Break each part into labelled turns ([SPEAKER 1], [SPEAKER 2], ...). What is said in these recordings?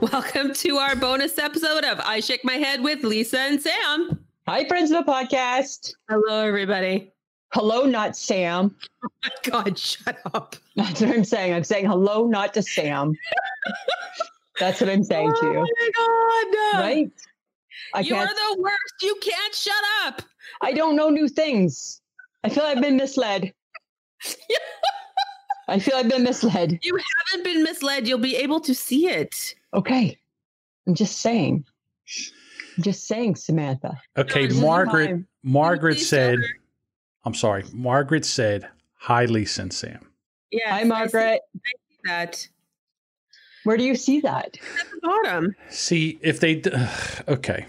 [SPEAKER 1] welcome to our bonus episode of I Shake My Head with Lisa and Sam.
[SPEAKER 2] Hi, friends of the podcast.
[SPEAKER 1] Hello, everybody.
[SPEAKER 2] Hello, not Sam.
[SPEAKER 1] Oh my God, shut up.
[SPEAKER 2] That's what I'm saying. I'm saying hello, not to Sam. That's what I'm saying to
[SPEAKER 1] Oh
[SPEAKER 2] you.
[SPEAKER 1] my God.
[SPEAKER 2] Right? I
[SPEAKER 1] you are
[SPEAKER 2] can't.
[SPEAKER 1] the worst. You can't shut up.
[SPEAKER 2] I don't know new things. I feel I've been misled. I feel I've been misled.
[SPEAKER 1] Haven't been misled. You'll be able to see it.
[SPEAKER 2] Okay. I'm just saying. I'm just saying, Samantha.
[SPEAKER 1] No,
[SPEAKER 3] Okay,
[SPEAKER 1] it's just
[SPEAKER 3] Margaret.
[SPEAKER 2] Time.
[SPEAKER 3] Margaret
[SPEAKER 1] Please
[SPEAKER 3] said,
[SPEAKER 1] tell her.
[SPEAKER 3] "I'm sorry." Margaret said, "Hi, Lisa and Sam."
[SPEAKER 1] Yes, I
[SPEAKER 2] Hi,
[SPEAKER 1] see
[SPEAKER 2] Margaret.
[SPEAKER 1] That
[SPEAKER 2] Where do you see that?
[SPEAKER 1] at the bottom.
[SPEAKER 3] See if they. d- okay,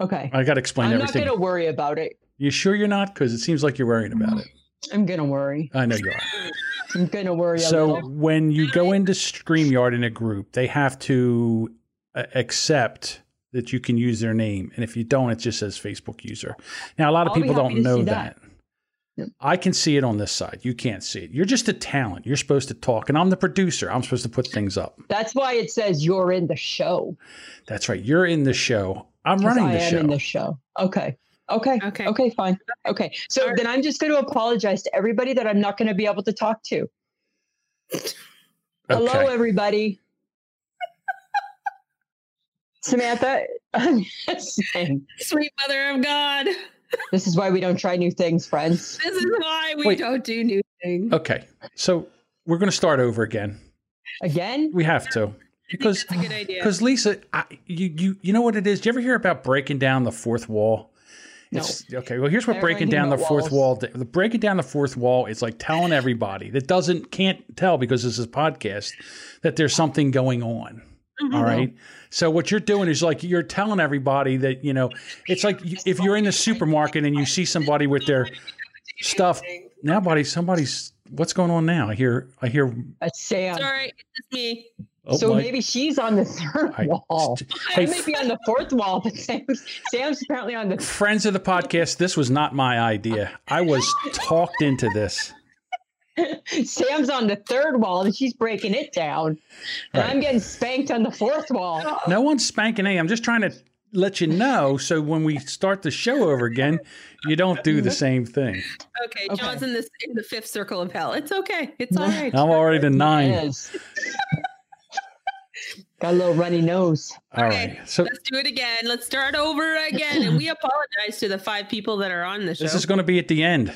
[SPEAKER 2] Okay.
[SPEAKER 3] I got to explain
[SPEAKER 2] I'm not
[SPEAKER 3] everything.
[SPEAKER 2] going to worry about it.
[SPEAKER 3] You sure you're not? Because it seems like you're worrying about it.
[SPEAKER 2] I'm going to worry.
[SPEAKER 3] I know you are.
[SPEAKER 2] I'm going to worry a
[SPEAKER 3] So
[SPEAKER 2] little.
[SPEAKER 3] when you go into Streamyard in a group, they have to uh, accept that you can use their name, and if you don't, it just says Facebook user. Now a lot of
[SPEAKER 2] I'll be
[SPEAKER 3] people
[SPEAKER 2] happy
[SPEAKER 3] don't
[SPEAKER 2] to see
[SPEAKER 3] know
[SPEAKER 2] that.
[SPEAKER 3] that.
[SPEAKER 2] Yep.
[SPEAKER 3] I can see it on this side. You can't see it. You're just a talent. You're supposed to talk, and I'm the producer. I'm supposed to put things up.
[SPEAKER 2] That's why it says you're in the show.
[SPEAKER 3] That's right. You're in the show. I'm
[SPEAKER 2] 'Cause
[SPEAKER 3] running
[SPEAKER 2] I
[SPEAKER 3] the
[SPEAKER 2] am
[SPEAKER 3] show.
[SPEAKER 2] in the show. Okay. Okay.
[SPEAKER 1] Okay.
[SPEAKER 2] Okay, fine. Okay. So
[SPEAKER 1] All right.
[SPEAKER 2] then I'm just going to apologize to everybody that I'm not going to be able to talk to. Hello,
[SPEAKER 3] okay.
[SPEAKER 2] everybody. Samantha, I'm just saying,
[SPEAKER 1] Sweet mother of God.
[SPEAKER 2] this is why we don't try new things, friends.
[SPEAKER 1] This is why we
[SPEAKER 3] Wait. Oh,
[SPEAKER 1] don't do new things.
[SPEAKER 3] Okay. So we're going to start over again.
[SPEAKER 2] Again,
[SPEAKER 3] We have to because
[SPEAKER 1] That's a good idea.
[SPEAKER 3] because Lisa, I, you you you know what it is. Do you ever hear about breaking down the fourth wall?
[SPEAKER 2] No.
[SPEAKER 3] It's, okay. Well, here's what
[SPEAKER 2] I don't know
[SPEAKER 3] breaking
[SPEAKER 2] anything
[SPEAKER 3] down the
[SPEAKER 2] about
[SPEAKER 3] fourth wall.
[SPEAKER 2] walls.
[SPEAKER 3] The breaking down the fourth wall is like telling everybody that doesn't can't tell because this is a podcast that there's something going on.
[SPEAKER 1] Mhm.
[SPEAKER 3] All right. So what you're doing is like you're telling everybody that you know it's like you- if you're in the supermarket and you see somebody with their stuff. Now, buddy, somebody's what's going on now? I hear, I hear.
[SPEAKER 2] that's Sam.
[SPEAKER 1] Sorry, it's just me.
[SPEAKER 3] Oh
[SPEAKER 2] so
[SPEAKER 3] my-
[SPEAKER 2] maybe she's on the third
[SPEAKER 3] I-
[SPEAKER 2] wall. I
[SPEAKER 3] hey,
[SPEAKER 2] may be on the fourth wall, but Sam's, Sam's apparently on the.
[SPEAKER 3] friends of the podcast, this was not my idea. I was talked into this.
[SPEAKER 2] Sam's on the third wall, and she's breaking it down. And
[SPEAKER 3] Right.
[SPEAKER 2] I'm getting spanked on the fourth wall.
[SPEAKER 3] No one's spanking any. I'm just trying to let you know so when we start the show over again, you don't do the same thing.
[SPEAKER 1] Okay,
[SPEAKER 2] Okay.
[SPEAKER 1] John's in this in the fifth circle of hell. It's okay. It's all right.
[SPEAKER 3] I'm already to nine.
[SPEAKER 2] Yes. Got a little runny nose.
[SPEAKER 3] All right. So
[SPEAKER 1] Let's do it again. Let's start over again. And we apologize to the five people that are on the show.
[SPEAKER 3] this is going to be at the end.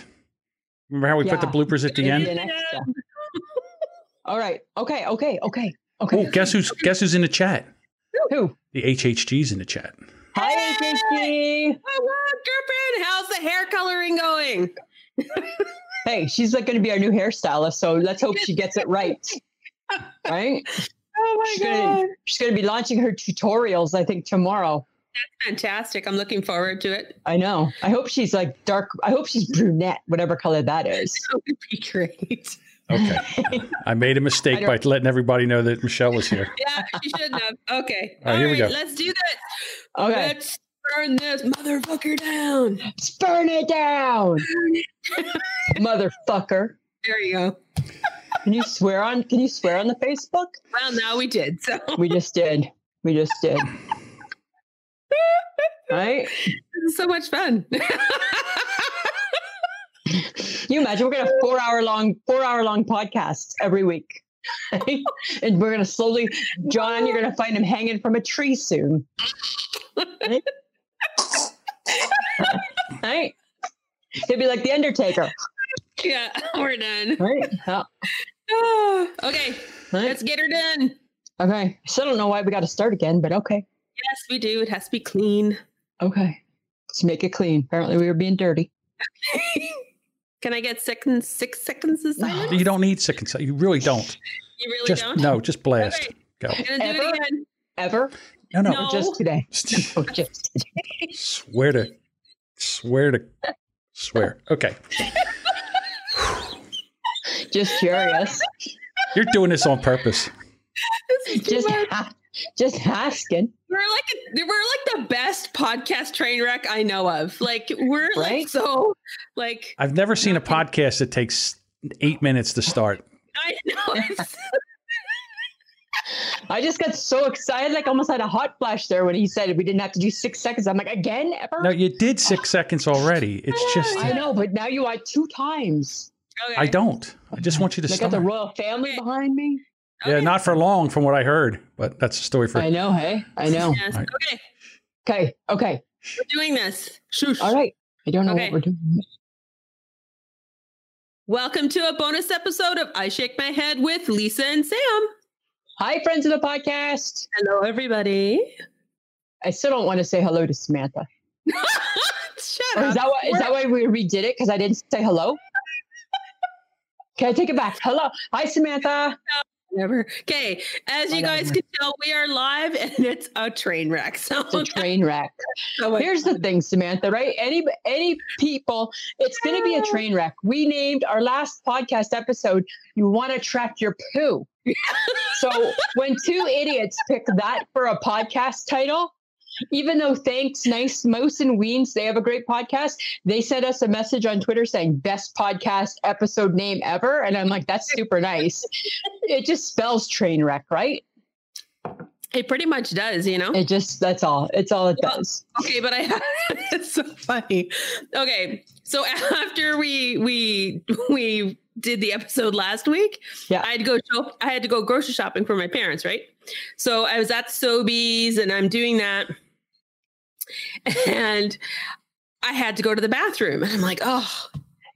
[SPEAKER 3] Remember how we put the
[SPEAKER 2] Yeah.
[SPEAKER 3] bloopers at the
[SPEAKER 2] Maybe
[SPEAKER 3] end?
[SPEAKER 2] the next step. All right. Okay. Okay. Okay. Okay.
[SPEAKER 3] Oh, guess who's guess who's in the chat?
[SPEAKER 2] Who?
[SPEAKER 3] The HHG's in the chat.
[SPEAKER 2] Hi, HHG.
[SPEAKER 1] Oh, wow, Griffin, how's the hair coloring going?
[SPEAKER 2] Hey, she's like going to be our new hairstylist, so let's hope she gets it right. Right?
[SPEAKER 1] Oh
[SPEAKER 2] She's gonna- She's going to be launching her tutorials, I think, tomorrow.
[SPEAKER 1] Fantastic. I'm looking forward to it.
[SPEAKER 2] I know. I hope she's like dark. I hope she's brunette, whatever color that is.
[SPEAKER 1] That would be great.
[SPEAKER 3] Okay. I made a mistake
[SPEAKER 2] I
[SPEAKER 3] by
[SPEAKER 2] don't-
[SPEAKER 3] letting everybody know that Michelle was here.
[SPEAKER 1] Yeah, she shouldn't have. Okay.
[SPEAKER 3] All right, here we go.
[SPEAKER 1] let's do this.
[SPEAKER 2] Okay.
[SPEAKER 1] Let's burn this motherfucker down.
[SPEAKER 2] Let's burn it down, motherfucker.
[SPEAKER 1] There you go.
[SPEAKER 2] Can you swear on? Can you swear on the Facebook?
[SPEAKER 1] Well, now we did. So
[SPEAKER 2] We just did. We just did. Right?
[SPEAKER 1] this is so much fun.
[SPEAKER 2] Can you imagine we're gonna have four hour long four hour long podcasts every week and we're gonna slowly john you're gonna find him hanging from a tree soon right, right? he'll be like the undertaker
[SPEAKER 1] yeah, we're done.
[SPEAKER 2] right, Yeah,
[SPEAKER 1] okay,
[SPEAKER 2] right?
[SPEAKER 1] let's get her done.
[SPEAKER 2] okay so i don't know why we gotta start again but okay
[SPEAKER 1] Yes, we do. It has to be clean.
[SPEAKER 2] okay let's make it clean apparently we were being dirty
[SPEAKER 1] Can I get second six seconds of silence?
[SPEAKER 3] You don't need sick and sound. You really don't.
[SPEAKER 1] You really
[SPEAKER 3] just
[SPEAKER 1] don't?
[SPEAKER 3] no, just blast.
[SPEAKER 1] Okay.
[SPEAKER 3] Go.
[SPEAKER 1] I'm gonna do
[SPEAKER 2] Ever?
[SPEAKER 1] it again.
[SPEAKER 2] ever
[SPEAKER 3] No, no.
[SPEAKER 1] No.
[SPEAKER 2] or just today
[SPEAKER 3] S-
[SPEAKER 2] or just today.
[SPEAKER 3] swear to, swear to, swear. Okay,
[SPEAKER 2] just curious
[SPEAKER 3] you're doing this on purpose.
[SPEAKER 1] This is too
[SPEAKER 2] just
[SPEAKER 1] much.
[SPEAKER 2] ha- just asking
[SPEAKER 1] We're like a, we're like the best podcast train wreck I know of. Like we're like
[SPEAKER 2] Right?
[SPEAKER 1] so like
[SPEAKER 3] I've never seen a podcast that takes eight minutes to start.
[SPEAKER 1] I know. it's-
[SPEAKER 2] I just got so excited, like almost had a hot flash there when he said we didn't have to do six seconds. I'm like, again, ever?
[SPEAKER 3] No, you did six seconds already. It's just
[SPEAKER 2] I know, but now you want two times.
[SPEAKER 3] I don't. I just want you to
[SPEAKER 2] I got
[SPEAKER 3] start.
[SPEAKER 2] the royal family behind me.
[SPEAKER 3] Yeah, not for long, from what I heard. But that's a story for.
[SPEAKER 2] I know, hey, I know.
[SPEAKER 1] Yes.
[SPEAKER 3] All right.
[SPEAKER 1] Okay,
[SPEAKER 2] Okay, okay,
[SPEAKER 1] we're doing this. Shush.
[SPEAKER 2] all right. I don't know
[SPEAKER 1] Okay.
[SPEAKER 2] what we're doing.
[SPEAKER 1] Welcome to a bonus episode of I Shake My Head with Lisa and Sam.
[SPEAKER 2] Hi, friends of the podcast.
[SPEAKER 1] Hello, everybody.
[SPEAKER 2] I still don't want to say hello to Samantha.
[SPEAKER 1] Shut
[SPEAKER 2] Or
[SPEAKER 1] up.
[SPEAKER 2] is that why, is that why we redid it? Because I didn't say hello. Okay, I take it back. Hello, hi Samantha.
[SPEAKER 1] Never. Okay, as you guys can tell, we are live and it's a train wreck. So,
[SPEAKER 2] It's a train wreck.
[SPEAKER 1] so it-
[SPEAKER 2] Here's the thing, Samantha. Right? Any any people, it's going to be a train wreck. We named our last podcast episode. You want to track your poo. so when two idiots pick that for a podcast title. Even though thanks, nice mouse and weens, they have a great podcast. They sent us a message on Twitter saying best podcast episode name ever, and I'm like, that's super nice. it just spells train wreck, right?
[SPEAKER 1] it pretty much does, you know?
[SPEAKER 2] It just that's all. It's all it
[SPEAKER 1] Well,
[SPEAKER 2] does.
[SPEAKER 1] okay but i it's so funny okay so after we we we did the episode last week
[SPEAKER 2] Yeah.
[SPEAKER 1] i had to go shop i had to go grocery shopping for my parents right so i was at sobeys and i'm doing that and i had to go to the bathroom and i'm like oh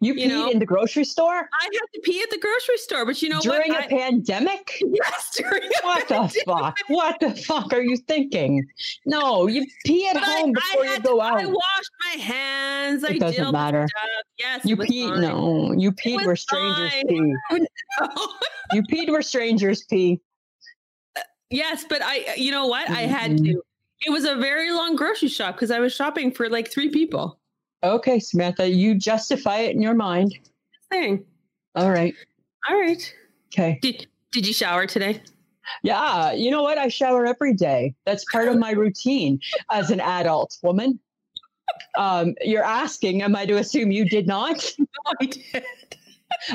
[SPEAKER 2] You,
[SPEAKER 1] you
[SPEAKER 2] peed
[SPEAKER 1] know?
[SPEAKER 2] in the grocery store
[SPEAKER 1] i have to pee at the grocery store but you know
[SPEAKER 2] during
[SPEAKER 1] what
[SPEAKER 2] a pandemic?
[SPEAKER 1] I, yes during a
[SPEAKER 2] What the
[SPEAKER 1] pandemic.
[SPEAKER 2] fuck? What the fuck are you thinking? No, you pee at
[SPEAKER 1] But I-
[SPEAKER 2] home before
[SPEAKER 1] I
[SPEAKER 2] you
[SPEAKER 1] had
[SPEAKER 2] go
[SPEAKER 1] I
[SPEAKER 2] out.
[SPEAKER 1] washed my hands. I
[SPEAKER 2] It
[SPEAKER 1] did all
[SPEAKER 2] doesn't
[SPEAKER 1] the
[SPEAKER 2] matter.
[SPEAKER 1] stuff. Yes,
[SPEAKER 2] You
[SPEAKER 1] it was
[SPEAKER 2] peed.
[SPEAKER 1] fine.
[SPEAKER 2] No, you peed
[SPEAKER 1] was
[SPEAKER 2] where strangers
[SPEAKER 1] fine.
[SPEAKER 2] pee. You peed where strangers pee.
[SPEAKER 1] Yes, but I, uh, you know what? I had
[SPEAKER 2] Mm-hmm.
[SPEAKER 1] to. It was a very long grocery shop because I was shopping for like three people.
[SPEAKER 2] Okay, Samantha, you justify it in your mind.
[SPEAKER 1] Thing.
[SPEAKER 2] All right.
[SPEAKER 1] All right.
[SPEAKER 2] Okay.
[SPEAKER 1] Did Did you shower today?
[SPEAKER 2] Yeah, you know what? I shower every day. That's part of my routine as an adult woman. Um, you're asking, am I to assume you did not?
[SPEAKER 1] No, I did.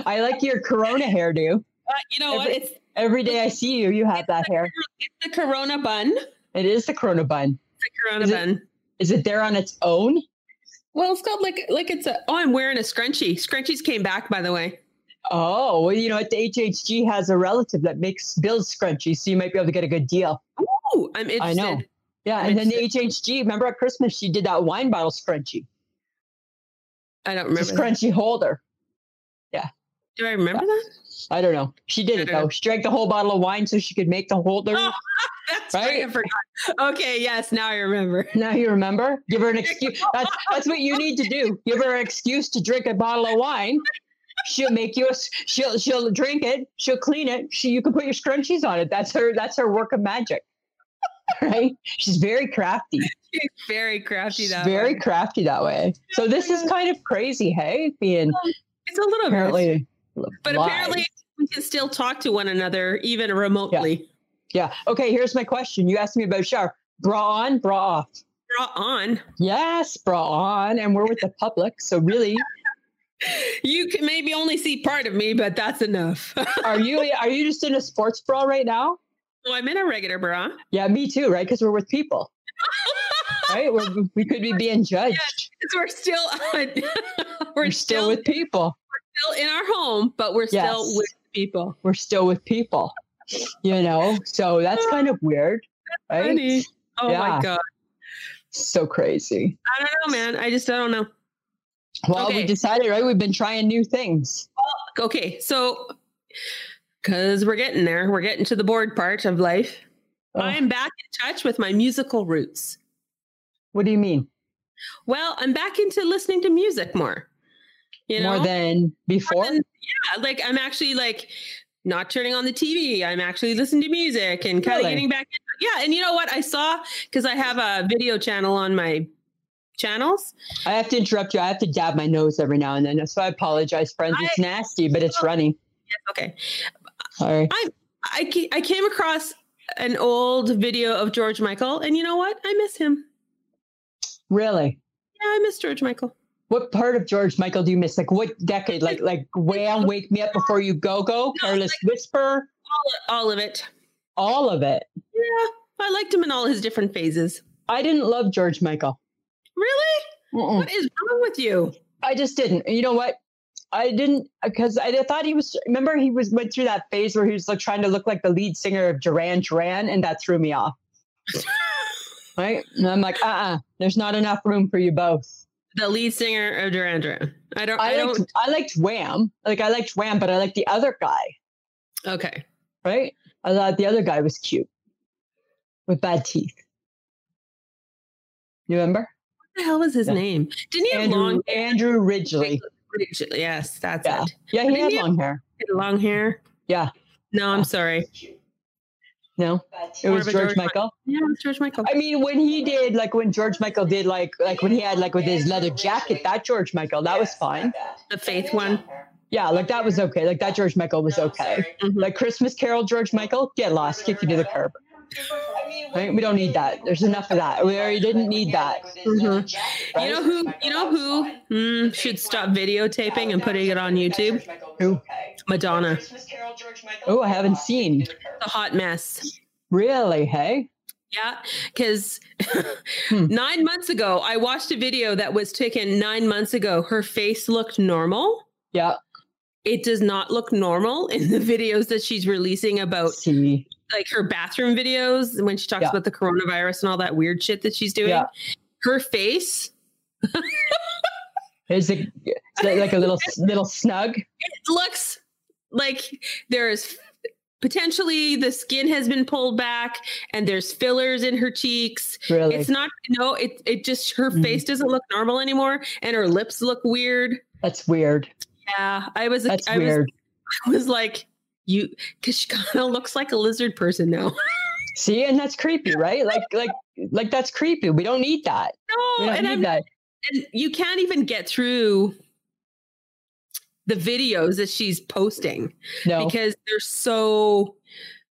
[SPEAKER 2] I like your corona hairdo.
[SPEAKER 1] Uh, you know what?
[SPEAKER 2] Every-
[SPEAKER 1] It's
[SPEAKER 2] Every day I see you, you have that hair.
[SPEAKER 1] it's the Corona bun.
[SPEAKER 2] It is the corona bun.
[SPEAKER 1] The Corona
[SPEAKER 2] Is it-
[SPEAKER 1] bun.
[SPEAKER 2] Is it there on its own?
[SPEAKER 1] Well, it's called like like it's a. Oh, I'm wearing a scrunchie. Scrunchies came back, by the way.
[SPEAKER 2] Oh, well, you know what? The HHG has a relative that makes bills scrunchies, so you might be able to get a good deal.
[SPEAKER 1] Oh, I'm interested.
[SPEAKER 2] I know. Yeah, and then the HHG, remember at Christmas, she did that wine bottle scrunchie,
[SPEAKER 1] I don't
[SPEAKER 2] It's a
[SPEAKER 1] remember. that.
[SPEAKER 2] scrunchie holder.
[SPEAKER 1] Do I remember that?
[SPEAKER 2] I don't know. She did it though. She drank the whole bottle of wine so she could make the holder.
[SPEAKER 1] Oh. That's
[SPEAKER 2] Right?
[SPEAKER 1] right. I forgot. Okay. Yes. Now I remember.
[SPEAKER 2] Now you remember? Give her an excuse. That's that's what you need to do. Give her an excuse to drink a bottle of wine. She'll make you a. s- She'll she'll drink it. She'll clean it. She you can put your scrunchies on it. That's her. That's her work of magic. Right? She's very crafty.
[SPEAKER 1] She's very crafty.
[SPEAKER 2] She's
[SPEAKER 1] That
[SPEAKER 2] very
[SPEAKER 1] one.
[SPEAKER 2] crafty that way. So this is kind of crazy, hey? Being
[SPEAKER 1] It's a little bit.
[SPEAKER 2] apparently.
[SPEAKER 1] But
[SPEAKER 2] live.
[SPEAKER 1] apparently, we can still talk to one another even remotely.
[SPEAKER 2] Yeah. Okay. Here's my question. You asked me about shower. Bra on, bra off.
[SPEAKER 1] Draw on.
[SPEAKER 2] Yes, bra on, and we're with the public. So really,
[SPEAKER 1] You can maybe only see part of me, but that's enough.
[SPEAKER 2] are you are you just in a sports bra right now?
[SPEAKER 1] so I'm in a regular bra.
[SPEAKER 2] Yeah, me too, right? Because we're with people, right? We're, we could be being judged.
[SPEAKER 1] Because we're still on,
[SPEAKER 2] we're,
[SPEAKER 1] we're,
[SPEAKER 2] still,
[SPEAKER 1] still,
[SPEAKER 2] with people.
[SPEAKER 1] still in our home, but we're
[SPEAKER 2] Yes.
[SPEAKER 1] still with people.
[SPEAKER 2] We're still with people, you know? So that's kind of weird, right?
[SPEAKER 1] Funny. Oh
[SPEAKER 2] Yeah.
[SPEAKER 1] my god!
[SPEAKER 2] So crazy.
[SPEAKER 1] I don't know, man. I just I don't know.
[SPEAKER 2] Well, we
[SPEAKER 1] Okay.
[SPEAKER 2] decided, right? We've been trying new things.
[SPEAKER 1] Okay, so because we're getting there, we're getting to the bored part of life.
[SPEAKER 2] Oh,
[SPEAKER 1] I am back in touch with my musical roots.
[SPEAKER 2] what do you mean?
[SPEAKER 1] Well, I'm back into listening to music more. You know,
[SPEAKER 2] More than before?
[SPEAKER 1] than- yeah, like I'm actually like not turning on the TV. I'm actually listening to music and kind
[SPEAKER 2] Really?
[SPEAKER 1] of getting back. Into it. Yeah, and you know what I saw because I have a video channel on my channels.
[SPEAKER 2] I have to interrupt you. I have to dab my nose every now and then. So I apologize, friends. It's nasty, but it's runny.
[SPEAKER 1] Okay,
[SPEAKER 2] Sorry.
[SPEAKER 1] I ca- I came across an old video of George Michael, and you know what? I miss him.
[SPEAKER 2] Really?
[SPEAKER 1] Yeah, I miss George Michael.
[SPEAKER 2] What part of George Michael do you miss? Like what decade? Like like Wham, Wake Me Up Before You Go Go, Careless Whisper.
[SPEAKER 1] All, all of it.
[SPEAKER 2] all of it.
[SPEAKER 1] Yeah, I liked him in all his different phases.
[SPEAKER 2] I didn't love George Michael.
[SPEAKER 1] Really?
[SPEAKER 2] Mm-mm.
[SPEAKER 1] What is wrong with you?
[SPEAKER 2] I just didn't. And you know what? I didn't because I thought he was. Remember, he was went through that phase where he was like trying to look like the lead singer of Duran Duran, and that threw me off. right? And I'm like, uh, uh-uh, uh, there's not enough room for you both.
[SPEAKER 1] The lead singer of Duran Duran. I don't. I,
[SPEAKER 2] I
[SPEAKER 1] don't.
[SPEAKER 2] liked, I liked Wham. Like I liked Wham, but I liked the other guy.
[SPEAKER 1] Okay.
[SPEAKER 2] Right? I thought the other guy was cute with bad teeth. You remember?
[SPEAKER 1] What the hell was his
[SPEAKER 2] Yeah.
[SPEAKER 1] name? Didn't he have
[SPEAKER 2] Andrew,
[SPEAKER 1] long?
[SPEAKER 2] Andrew Ridgely.
[SPEAKER 1] Yes, that's
[SPEAKER 2] Yeah.
[SPEAKER 1] it.
[SPEAKER 2] Yeah, he
[SPEAKER 1] Didn't
[SPEAKER 2] had
[SPEAKER 1] he have-
[SPEAKER 2] long hair.
[SPEAKER 1] Had Long hair.
[SPEAKER 2] Yeah.
[SPEAKER 1] No, I'm sorry.
[SPEAKER 2] No, it
[SPEAKER 1] More
[SPEAKER 2] was
[SPEAKER 1] of a
[SPEAKER 2] George
[SPEAKER 1] George
[SPEAKER 2] Michael.
[SPEAKER 1] Yeah, it's George Michael.
[SPEAKER 2] I mean, when he did, like when George Michael did, like like when he had like with his leather jacket, that George Michael, that was fine.
[SPEAKER 1] the faith one.
[SPEAKER 2] Yeah, like that was okay. Like that George Michael was okay.
[SPEAKER 1] Mhm.
[SPEAKER 2] Like Christmas Carol, George Michael, get lost, kick you to the curb. Right? We don't need that. There's enough of that. We already didn't need that.
[SPEAKER 1] Mhm. You know who? You know who mm, should stop videotaping and putting it on YouTube?
[SPEAKER 2] Who?
[SPEAKER 1] Madonna,
[SPEAKER 2] Oh, I haven't seen.
[SPEAKER 1] the hot mess.
[SPEAKER 2] Really? Hey,
[SPEAKER 1] Yeah, because
[SPEAKER 2] Hmm.
[SPEAKER 1] nine months ago, I watched a video that was taken nine months ago. Her face looked normal.
[SPEAKER 2] yeah.
[SPEAKER 1] It does not look normal in the videos that she's releasing about
[SPEAKER 2] See,
[SPEAKER 1] like her bathroom videos when she talks
[SPEAKER 2] Yeah.
[SPEAKER 1] about the coronavirus and all that weird shit that she's doing.
[SPEAKER 2] Yeah.
[SPEAKER 1] Her face
[SPEAKER 2] is it is it like a little little snug?
[SPEAKER 1] looks like there's potentially the skin has been pulled back and there's fillers in her cheeks.
[SPEAKER 2] Really?
[SPEAKER 1] It's not no, it it just her
[SPEAKER 2] Mhm.
[SPEAKER 1] face doesn't look normal anymore and her lips look weird.
[SPEAKER 2] That's weird.
[SPEAKER 1] Yeah, I was
[SPEAKER 2] That's
[SPEAKER 1] I
[SPEAKER 2] weird.
[SPEAKER 1] was I was like you cuz she kind of looks like a lizard person now.
[SPEAKER 2] See, and that's creepy, right? Like, like, like that's creepy. We don't need that.
[SPEAKER 1] no,
[SPEAKER 2] We don't
[SPEAKER 1] Oh, and
[SPEAKER 2] need
[SPEAKER 1] I'm
[SPEAKER 2] that.
[SPEAKER 1] and you can't even get through the videos that she's posting
[SPEAKER 2] No.
[SPEAKER 1] because they're so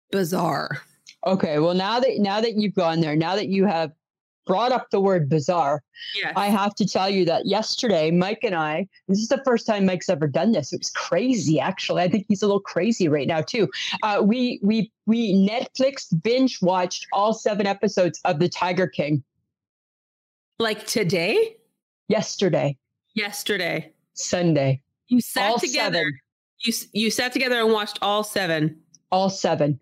[SPEAKER 1] bizarre.
[SPEAKER 2] okay. Well, now that now that you've gone there, now that you have brought up the word bizarre,
[SPEAKER 1] Yeah.
[SPEAKER 2] I have to tell you that yesterday, Mike and I. This is the first time Mike's ever done this. It was crazy, actually. I think he's a little crazy right now too. Uh, we we we Netflix binge watched all seven episodes of The Tiger King
[SPEAKER 1] like today,
[SPEAKER 2] yesterday,
[SPEAKER 1] yesterday,
[SPEAKER 2] Sunday.
[SPEAKER 1] you sat
[SPEAKER 2] all
[SPEAKER 1] together.
[SPEAKER 2] seven.
[SPEAKER 1] You s- you sat together and watched all seven.
[SPEAKER 2] All seven.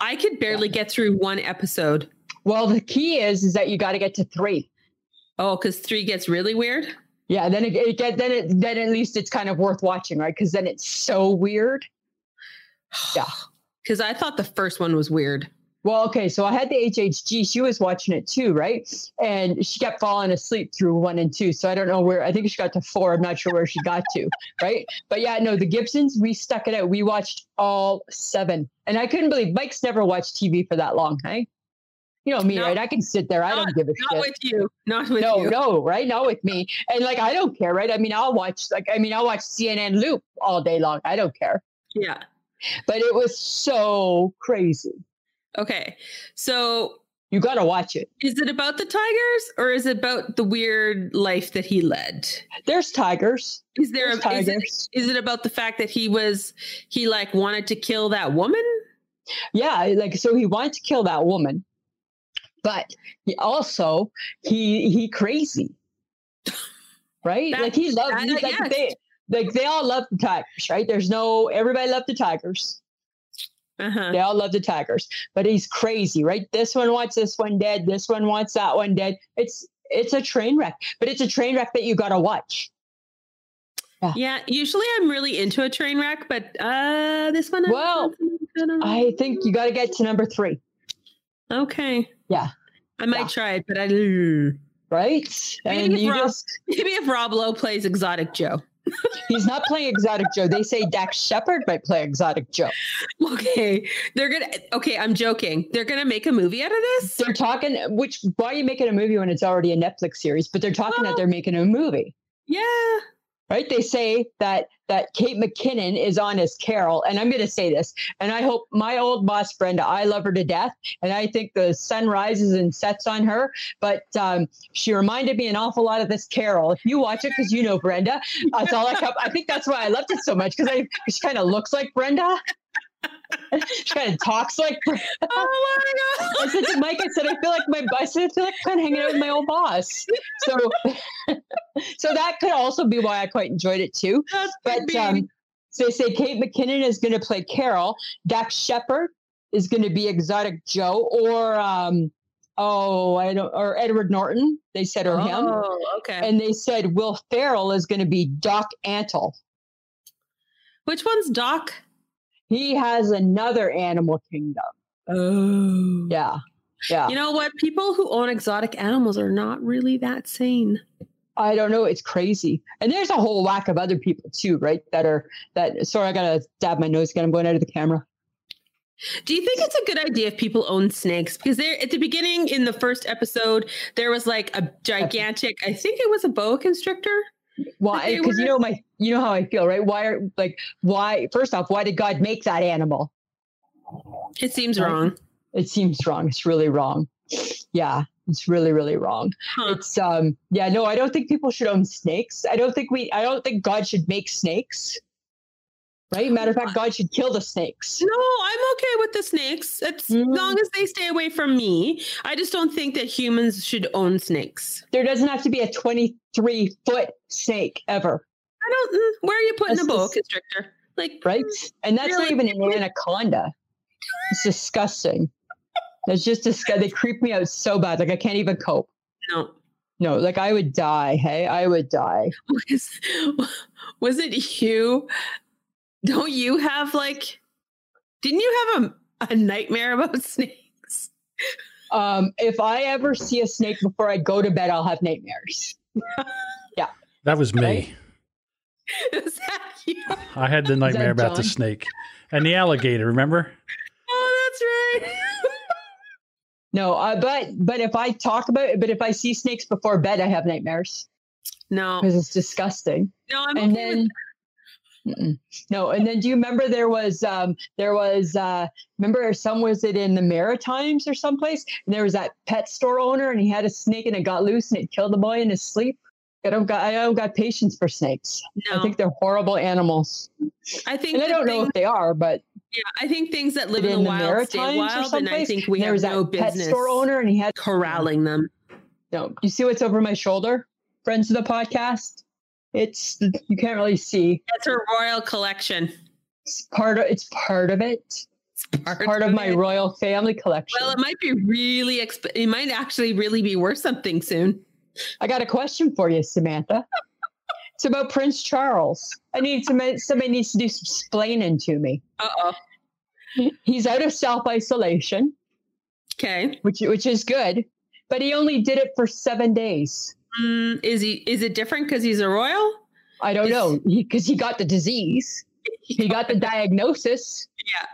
[SPEAKER 1] I could barely get through one episode.
[SPEAKER 2] Well, the key is is that you got to get to three.
[SPEAKER 1] Oh, because three gets really weird.
[SPEAKER 2] Yeah, then it, it get then it then at least it's kind of worth watching, right? Because then it's so weird. Yeah.
[SPEAKER 1] Because I thought the first one was weird.
[SPEAKER 2] Well, okay, so I had the HHG. She was watching it too, right? And she kept falling asleep through one and two. So I don't know where. I think she got to four. I'm not sure where she got to, right? But yeah, no, the Gibsons. We stuck it out. We watched all seven, and I couldn't believe Mike's never watched TV for that long, hey? You know me,
[SPEAKER 1] No.
[SPEAKER 2] right? I can sit there. I don't give a
[SPEAKER 1] Not
[SPEAKER 2] shit.
[SPEAKER 1] with you. Not with
[SPEAKER 2] no,
[SPEAKER 1] you.
[SPEAKER 2] no, right? Not with me. And like, I don't care, right? I mean, I'll watch, like, I mean, I'll watch CNN Loop all day long. I don't care.
[SPEAKER 1] Yeah.
[SPEAKER 2] But it was so crazy.
[SPEAKER 1] Okay. So
[SPEAKER 2] You got to watch it.
[SPEAKER 1] Is it about the tigers or is it about the weird life that he led?
[SPEAKER 2] There's tigers.
[SPEAKER 1] Is there
[SPEAKER 2] There's
[SPEAKER 1] a, is, it,
[SPEAKER 2] tigers.
[SPEAKER 1] is it about the fact that he was he like wanted to kill that woman?
[SPEAKER 2] Yeah, like so he wanted to kill that woman, but he also he he crazy, right?
[SPEAKER 1] That-
[SPEAKER 2] like he loved
[SPEAKER 1] that
[SPEAKER 2] he-
[SPEAKER 1] I
[SPEAKER 2] like
[SPEAKER 1] guessed.
[SPEAKER 2] they like they all love the tigers, right? There's no everybody loved the tigers.
[SPEAKER 1] Uh-huh.
[SPEAKER 2] They all love the tigers, but he's crazy, right? This one wants this one dead. This one wants that one dead. It's it's a train wreck, but it's a train wreck that you gotta watch.
[SPEAKER 1] Yeah, usually I'm really into a train wreck, but uh this one I-
[SPEAKER 2] Well, I think you gotta get to number three,
[SPEAKER 1] Okay.
[SPEAKER 2] Yeah.
[SPEAKER 1] I might
[SPEAKER 2] Yeah.
[SPEAKER 1] try it, but I maybe
[SPEAKER 2] right? And
[SPEAKER 1] if
[SPEAKER 2] you
[SPEAKER 1] Rob-
[SPEAKER 2] just
[SPEAKER 1] if Rob Lowe plays Exotic Joe.
[SPEAKER 2] he's not playing Exotic Joe. They say Dax Shepard might play Exotic Joe.
[SPEAKER 1] Okay. They're gonna okay, I'm joking. They're gonna make a movie out of this?
[SPEAKER 2] They're talking, which why are you making a movie when it's already a Netflix series? But they're talking that
[SPEAKER 1] Well-
[SPEAKER 2] they're making a movie,
[SPEAKER 1] Yeah. Oh
[SPEAKER 2] right? They say that that Kate McKinnon is on as Carol, and I'm going to say this, and I hope my old boss Brenda, I love her to death, and I think the sun rises and sets on her, but um, she reminded me an awful lot of this Carol. If you watch it, because you know Brenda, that's all I kept. I think that's why I loved it so much because I she kind of looks like Brenda. she kind of talks like.
[SPEAKER 1] Oh my god.
[SPEAKER 2] I said to Mike, I said, I feel like my I said, I feel like I'm kind of hanging out with my old boss. So, so that could also be why I quite enjoyed it too.
[SPEAKER 1] That's
[SPEAKER 2] But um, so they say Kate McKinnon is going to play Carol. Dax Shepard is going to be Exotic Joe, or um, oh, I don't, or Edward Norton. They said or him,
[SPEAKER 1] Oh, okay.
[SPEAKER 2] and they said Will Farrell is going to be Doc Antle.
[SPEAKER 1] Which one's Doc?
[SPEAKER 2] He has another Animal Kingdom.
[SPEAKER 1] Oh.
[SPEAKER 2] Yeah, yeah.
[SPEAKER 1] You know what? People who own exotic animals are not really that sane.
[SPEAKER 2] I don't know. It's crazy. And there's a whole whack of other people too, right? That are that. Sorry, I gotta dab my nose again. I'm going out of the camera.
[SPEAKER 1] Do you think it's a good idea if people own snakes? Because there at the beginning in the first episode, there was like a gigantic, I think it was a boa constrictor.
[SPEAKER 2] Why?
[SPEAKER 1] they
[SPEAKER 2] Because you
[SPEAKER 1] were-
[SPEAKER 2] know my, you know how I feel, right? Why are like why? First off, why did God make that animal?
[SPEAKER 1] It seems
[SPEAKER 2] Right.
[SPEAKER 1] wrong.
[SPEAKER 2] It seems wrong. It's really wrong. Yeah, it's really really wrong.
[SPEAKER 1] Huh.
[SPEAKER 2] It's um yeah no, I don't think people should own snakes. I don't think we. I don't think God should make snakes. Right. Matter of fact, God should kill the snakes.
[SPEAKER 1] No, I'm okay with the snakes. It's as
[SPEAKER 2] Mm.
[SPEAKER 1] long as they stay away from me. I just don't think that humans should own snakes.
[SPEAKER 2] There doesn't have to be a 23 foot snake ever.
[SPEAKER 1] I don't. mm, Where are you putting
[SPEAKER 2] That's
[SPEAKER 1] a boa
[SPEAKER 2] just-
[SPEAKER 1] constrictor? Like
[SPEAKER 2] right? And that's
[SPEAKER 1] Really?
[SPEAKER 2] not even an anaconda. It's disgusting. It's just disgusting. They creep me out so bad. Like I can't even cope.
[SPEAKER 1] no.
[SPEAKER 2] No, like I would die. Hey, I would die.
[SPEAKER 1] Was, was it you? Don't you have like? Didn't you have a a nightmare about snakes?
[SPEAKER 2] Um, if I ever see a snake before I go to bed, I'll have nightmares.
[SPEAKER 3] That was me.
[SPEAKER 2] Right?
[SPEAKER 1] Is that you?
[SPEAKER 3] I had the nightmare about the
[SPEAKER 2] John?
[SPEAKER 3] snake and the alligator. Remember?
[SPEAKER 1] Oh, that's right.
[SPEAKER 2] No, uh, but but if I talk about it, but if I see snakes before bed, I have nightmares
[SPEAKER 1] no,
[SPEAKER 2] because it's disgusting.
[SPEAKER 1] no, I'm
[SPEAKER 2] and
[SPEAKER 1] okay with
[SPEAKER 2] then Mm-mm. no and then do you remember there was um there was uh remember some was it in the maritimes or someplace and there was that pet store owner and he had a snake and it got loose and it killed the boy in his sleep i don't got i don't got patience for snakes
[SPEAKER 1] no.
[SPEAKER 2] i think they're horrible animals
[SPEAKER 1] I think
[SPEAKER 2] and i
[SPEAKER 1] the
[SPEAKER 2] don't know
[SPEAKER 1] thing-
[SPEAKER 2] if they are but
[SPEAKER 1] Yeah, I think things that live
[SPEAKER 2] in
[SPEAKER 1] in the,
[SPEAKER 2] the
[SPEAKER 1] wild stay
[SPEAKER 2] Maritimes or
[SPEAKER 1] wild, and I
[SPEAKER 2] someplace,
[SPEAKER 1] think we
[SPEAKER 2] there
[SPEAKER 1] have
[SPEAKER 2] was
[SPEAKER 1] no
[SPEAKER 2] that pet
[SPEAKER 1] business
[SPEAKER 2] store owner and he had
[SPEAKER 1] corralling them.
[SPEAKER 2] no you see what's over my shoulder friends of the podcast it's you can't really see
[SPEAKER 1] That's her royal collection.
[SPEAKER 2] it's part of it's part of it
[SPEAKER 1] Part,
[SPEAKER 2] part of my
[SPEAKER 1] it.
[SPEAKER 2] royal family collection.
[SPEAKER 1] Well, it might be really. Exp- it might actually really be worth something soon.
[SPEAKER 2] I got a question for you, Samantha. it's about Prince Charles. I need some, somebody needs to do some splaining to me.
[SPEAKER 1] Uh oh.
[SPEAKER 2] He's out of self isolation,
[SPEAKER 1] Okay.
[SPEAKER 2] which which is good, but he only did it for seven days.
[SPEAKER 1] Mm, is he? Is it different because he's a royal?
[SPEAKER 2] I don't
[SPEAKER 1] Is-
[SPEAKER 2] know because he, got the disease. He got the diagnosis.
[SPEAKER 1] Yeah.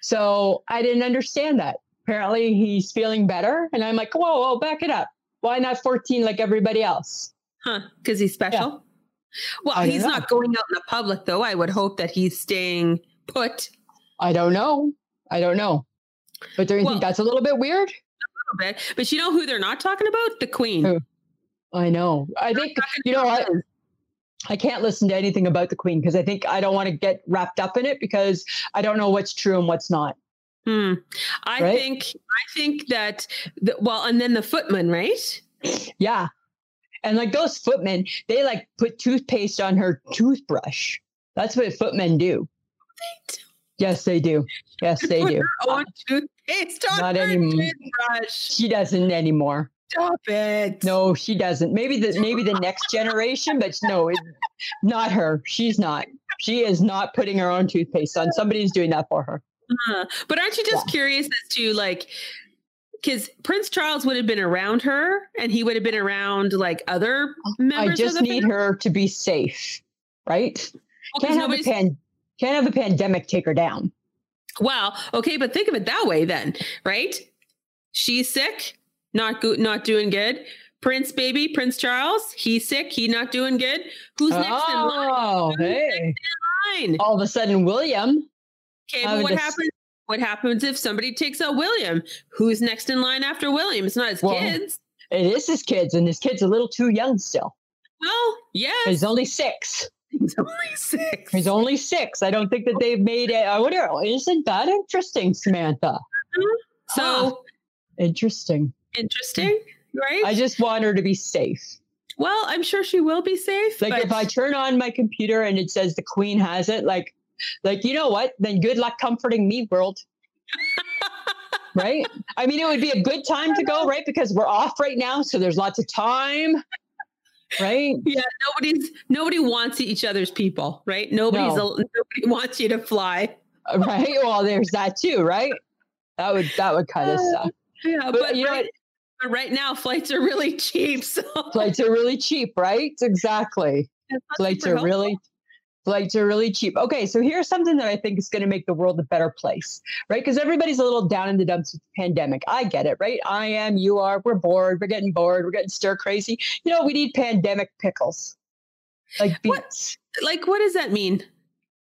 [SPEAKER 2] So I didn't understand that. Apparently, he's feeling better, and I'm like, whoa, whoa, back it up. Why not 14 like everybody else?
[SPEAKER 1] Huh? Because he's special. Well,
[SPEAKER 2] I don't
[SPEAKER 1] he's
[SPEAKER 2] know.
[SPEAKER 1] not going out in the public though. I would hope that he's staying put
[SPEAKER 2] I don't know. I don't know. But don't you
[SPEAKER 1] Well-
[SPEAKER 2] think that's a little bit weird?
[SPEAKER 1] a little bit. But you know who they're not talking about? The queen.
[SPEAKER 2] Who? I know. I think you know I, I can't listen to anything about the queen because I think I don't want to get wrapped up in it because I don't know what's true and what's not.
[SPEAKER 1] Hmm. I
[SPEAKER 2] Right?
[SPEAKER 1] think. I think that. The, well, and then the footman, right?
[SPEAKER 2] Yeah. And like those footmen, they like put toothpaste on her toothbrush. That's what footmen do.
[SPEAKER 1] They do.
[SPEAKER 2] Yes, they do. Yes, they
[SPEAKER 1] Put
[SPEAKER 2] do.
[SPEAKER 1] Her own toothpaste on
[SPEAKER 2] Uh, Not
[SPEAKER 1] her
[SPEAKER 2] anymore.
[SPEAKER 1] toothbrush.
[SPEAKER 2] She doesn't anymore.
[SPEAKER 1] Stop it.
[SPEAKER 2] No, she doesn't. Maybe the maybe the next generation, but no, it, not her. She's not. She is not putting her own toothpaste on. Somebody's doing that for her.
[SPEAKER 1] Huh. But aren't you just curious as to like, because Prince Charles would have been around her, and he would have been around like other members.
[SPEAKER 2] I just
[SPEAKER 1] of the
[SPEAKER 2] need
[SPEAKER 1] family?
[SPEAKER 2] her to be safe, right?
[SPEAKER 1] Well, 'cause
[SPEAKER 2] Can't have a
[SPEAKER 1] nobody's-
[SPEAKER 2] pan, can't have a pandemic take her down.
[SPEAKER 1] Well, okay, but think of it that way then, right? She's sick, not good, not doing good. Prince baby, Prince Charles, he's sick, he not doing good. Who's next in
[SPEAKER 2] oh, hey!
[SPEAKER 1] line?
[SPEAKER 2] All of a sudden, William.
[SPEAKER 1] Okay,
[SPEAKER 2] I
[SPEAKER 1] but
[SPEAKER 2] would
[SPEAKER 1] what
[SPEAKER 2] just-
[SPEAKER 1] happens? What happens if somebody takes out William? Who's next in line after William? It's not his
[SPEAKER 2] Well-
[SPEAKER 1] kids.
[SPEAKER 2] It is his kids, and his kid's a little too young still.
[SPEAKER 1] Well, yes,
[SPEAKER 2] He's only six.
[SPEAKER 1] He's only six.
[SPEAKER 2] He's only six. I don't think that they've made it. I wonder, isn't that interesting, Samantha?
[SPEAKER 1] so
[SPEAKER 2] Interesting.
[SPEAKER 1] interesting, right?
[SPEAKER 2] Mm. I just want her to be safe.
[SPEAKER 1] well, I'm sure she will be safe.
[SPEAKER 2] Like
[SPEAKER 1] but
[SPEAKER 2] if I turn on my computer and it says the queen has it, like, like you know what? Then good luck comforting me, world. right? I mean, it would be a good time to go, right? Because we're off right now, so there's lots of time, right?
[SPEAKER 1] nobody's nobody wants each other's people, right? Nobody's
[SPEAKER 2] No.
[SPEAKER 1] al- nobody wants you to fly.
[SPEAKER 2] Right? Well, there's that too, right? That would that would kind of suck.
[SPEAKER 1] Yeah, but,
[SPEAKER 2] But you know
[SPEAKER 1] right, but right now flights are really cheap. So
[SPEAKER 2] Flights are really cheap, right? Exactly.
[SPEAKER 1] it's not
[SPEAKER 2] flights
[SPEAKER 1] super
[SPEAKER 2] are really flights are really cheap okay so here's something that i think is going to make the world a better place right because everybody's a little down in the dumps with the pandemic i get it right i am you are we're bored we're getting bored we're getting stir crazy you know we need pandemic pickles like
[SPEAKER 1] What?
[SPEAKER 2] beets
[SPEAKER 1] helpful. like what does that mean?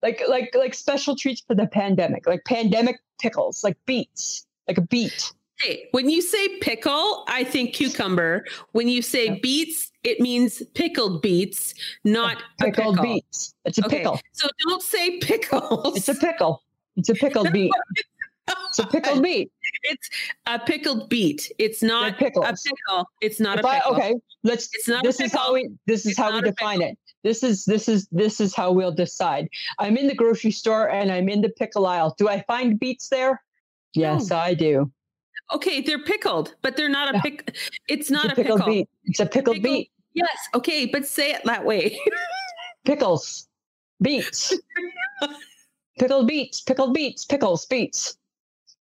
[SPEAKER 2] like like like special treats for the pandemic like pandemic pickles like beets like a beet
[SPEAKER 1] Hey, when you say pickle, I think cucumber. When you say
[SPEAKER 2] Yeah.
[SPEAKER 1] beets, it means pickled beets, not
[SPEAKER 2] pickled
[SPEAKER 1] a pickle.
[SPEAKER 2] beets it's a
[SPEAKER 1] Okay.
[SPEAKER 2] pickle
[SPEAKER 1] So don't say pickles.
[SPEAKER 2] it's a pickle it's a pickled beet it's a pickled beet
[SPEAKER 1] It's a pickled beet. It's not a
[SPEAKER 2] pickles.
[SPEAKER 1] pickle. It's not
[SPEAKER 2] If
[SPEAKER 1] a
[SPEAKER 2] I-
[SPEAKER 1] pickle.
[SPEAKER 2] okay, let's.
[SPEAKER 1] It's not a
[SPEAKER 2] this is how
[SPEAKER 1] pickle.
[SPEAKER 2] we. This is
[SPEAKER 1] It's
[SPEAKER 2] how we
[SPEAKER 1] not a
[SPEAKER 2] define it. This is this is this is how we'll decide. I'm in the grocery store and I'm in the pickle aisle. Do I find beets there? Yes, I do.
[SPEAKER 1] Okay, they're pickled, but they're not a
[SPEAKER 2] Yeah.
[SPEAKER 1] pick. It's
[SPEAKER 2] It's
[SPEAKER 1] not
[SPEAKER 2] a
[SPEAKER 1] a pickle.
[SPEAKER 2] pickled beet. It's a pickled
[SPEAKER 1] Pickled-
[SPEAKER 2] beet.
[SPEAKER 1] Yes. Okay, but say it that way.
[SPEAKER 2] Pickles, beets, pickled beets, pickled beets, pickles, beets.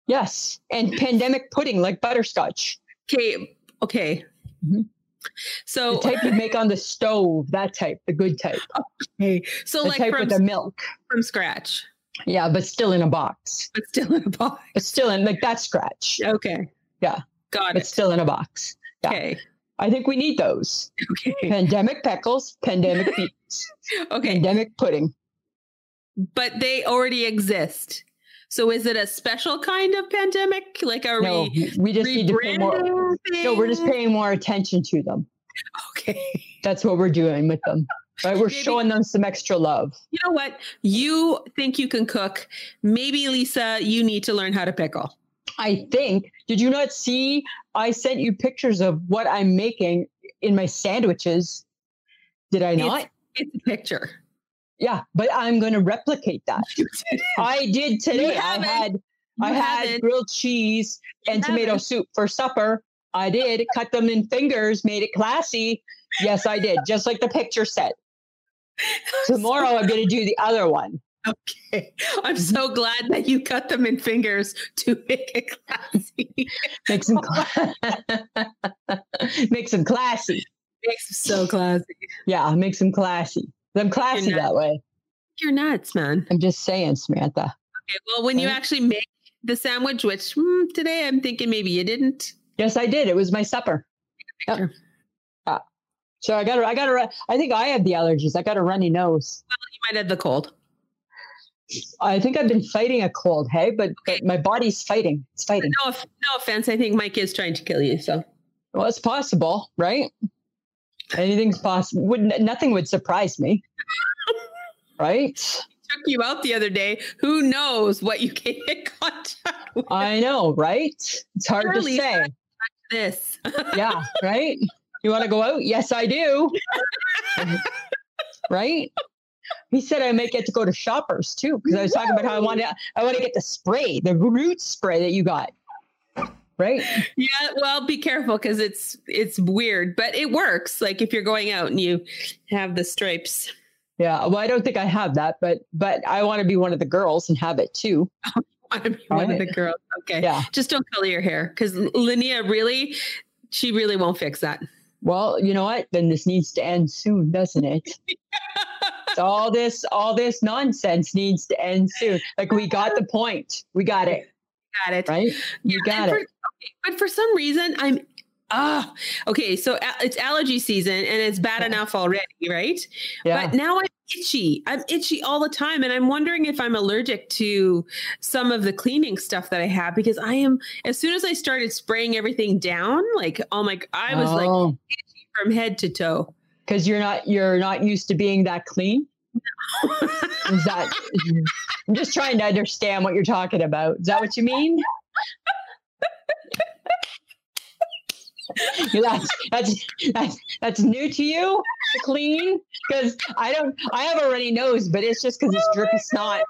[SPEAKER 2] Yes, and pandemic pudding like butterscotch.
[SPEAKER 1] okay. Okay.
[SPEAKER 2] Mhm. The
[SPEAKER 1] So
[SPEAKER 2] type you make on the stove, that type, the good type,
[SPEAKER 1] so
[SPEAKER 2] the
[SPEAKER 1] Oh, like
[SPEAKER 2] type
[SPEAKER 1] from
[SPEAKER 2] with the milk.
[SPEAKER 1] from scratch,
[SPEAKER 2] Yeah, but still in a box.
[SPEAKER 1] but still in a box.
[SPEAKER 2] But still in like that scratch.
[SPEAKER 1] Okay.
[SPEAKER 2] Yeah.
[SPEAKER 1] Got
[SPEAKER 2] It's
[SPEAKER 1] it.
[SPEAKER 2] still in a box. yeah.
[SPEAKER 1] Okay.
[SPEAKER 2] I think we need those.
[SPEAKER 1] Okay.
[SPEAKER 2] Pandemic pickles, pandemic beets,
[SPEAKER 1] Okay.
[SPEAKER 2] pandemic pudding.
[SPEAKER 1] But they already exist. So is it a special kind of pandemic? Like are
[SPEAKER 2] No,
[SPEAKER 1] we
[SPEAKER 2] we just need to pay more.
[SPEAKER 1] rebranding?
[SPEAKER 2] No, we're just paying more attention to them.
[SPEAKER 1] Okay.
[SPEAKER 2] That's what we're doing with them. Right? We're
[SPEAKER 1] Maybe-
[SPEAKER 2] showing them some extra love.
[SPEAKER 1] you know what? You think you can cook. Maybe, Lisa, you need to learn how to pickle.
[SPEAKER 2] I think. Did you not see? I sent you pictures of what I'm making in my sandwiches. Did I
[SPEAKER 1] It's-
[SPEAKER 2] not?
[SPEAKER 1] It's a picture.
[SPEAKER 2] yeah, but I'm going to replicate that. I did today. I
[SPEAKER 1] haven't.
[SPEAKER 2] had I
[SPEAKER 1] You
[SPEAKER 2] had
[SPEAKER 1] haven't.
[SPEAKER 2] grilled cheese and tomato
[SPEAKER 1] haven't.
[SPEAKER 2] soup for supper. I did cut them in fingers, made it classy. Yes, I did, just like the picture said. Tomorrow I'm going to do the other one.
[SPEAKER 1] Okay. I'm so glad that you cut them in fingers to make it classy.
[SPEAKER 2] Make some, cla- make some classy.
[SPEAKER 1] Makes them so classy.
[SPEAKER 2] Yeah, make some classy. I'm classy
[SPEAKER 1] nuts.
[SPEAKER 2] that way.
[SPEAKER 1] You're nuts, man.
[SPEAKER 2] I'm just saying, Samantha.
[SPEAKER 1] Okay. Well, when you
[SPEAKER 2] Right?
[SPEAKER 1] actually make the sandwich, which mm, today I'm thinking maybe you didn't.
[SPEAKER 2] Yes, I did. It was my supper. Yep.
[SPEAKER 1] Picture.
[SPEAKER 2] Yeah. So I got, I got to, I think I have the allergies. I got a runny nose.
[SPEAKER 1] You might have the cold.
[SPEAKER 2] I think I've been fighting a cold, hey, but, but my body's fighting. It's fighting.
[SPEAKER 1] No, off- no offense. I think Mike is trying to kill you. So
[SPEAKER 2] Well, it's possible, right? Anything's possible. Would n- nothing would surprise me, right?
[SPEAKER 1] took you out the other day. Who knows what you came in contact with?
[SPEAKER 2] I know, right? It's hard to
[SPEAKER 1] Surely
[SPEAKER 2] say.
[SPEAKER 1] this.
[SPEAKER 2] Yeah, right. You want to go out? Yes, I do. right? He said I might get to go to shoppers too because I was talking about how I want to. I want to get the spray, the root spray that you got, right?
[SPEAKER 1] Yeah, well, be careful because it's it's weird, but it works. Like if you're going out and you have the stripes.
[SPEAKER 2] Yeah, well, I don't think I have that, but but I want to be one of the girls and have it too.
[SPEAKER 1] I want to be one of
[SPEAKER 2] Right.
[SPEAKER 1] the girls. Okay.
[SPEAKER 2] Yeah.
[SPEAKER 1] Just don't color your hair because Linnea really, she really won't fix that.
[SPEAKER 2] Well, you know what? Then this needs to end soon, doesn't it? So all this all this nonsense needs to end soon. Like we got the point. We got it,
[SPEAKER 1] Got it.
[SPEAKER 2] right? We
[SPEAKER 1] And
[SPEAKER 2] got
[SPEAKER 1] for-
[SPEAKER 2] it.
[SPEAKER 1] okay, but for some reason, I'm. Ah, okay. So a- it's allergy season, and it's bad
[SPEAKER 2] Yeah.
[SPEAKER 1] enough already, right?
[SPEAKER 2] Yeah.
[SPEAKER 1] But now I'm itchy. I'm itchy all the time. And I'm wondering if I'm allergic to some of the cleaning stuff that I have because I am, as soon as I started spraying everything down, like, oh my, I
[SPEAKER 2] Oh.
[SPEAKER 1] was like from head to toe.
[SPEAKER 2] because you're not you're not used to being that clean. Is that? I'm just trying to understand what you're talking about. Is that what you mean? You- that's, that's that's that's new to you to clean because I don't I have a runny nose, but it's just because it's drippy snot.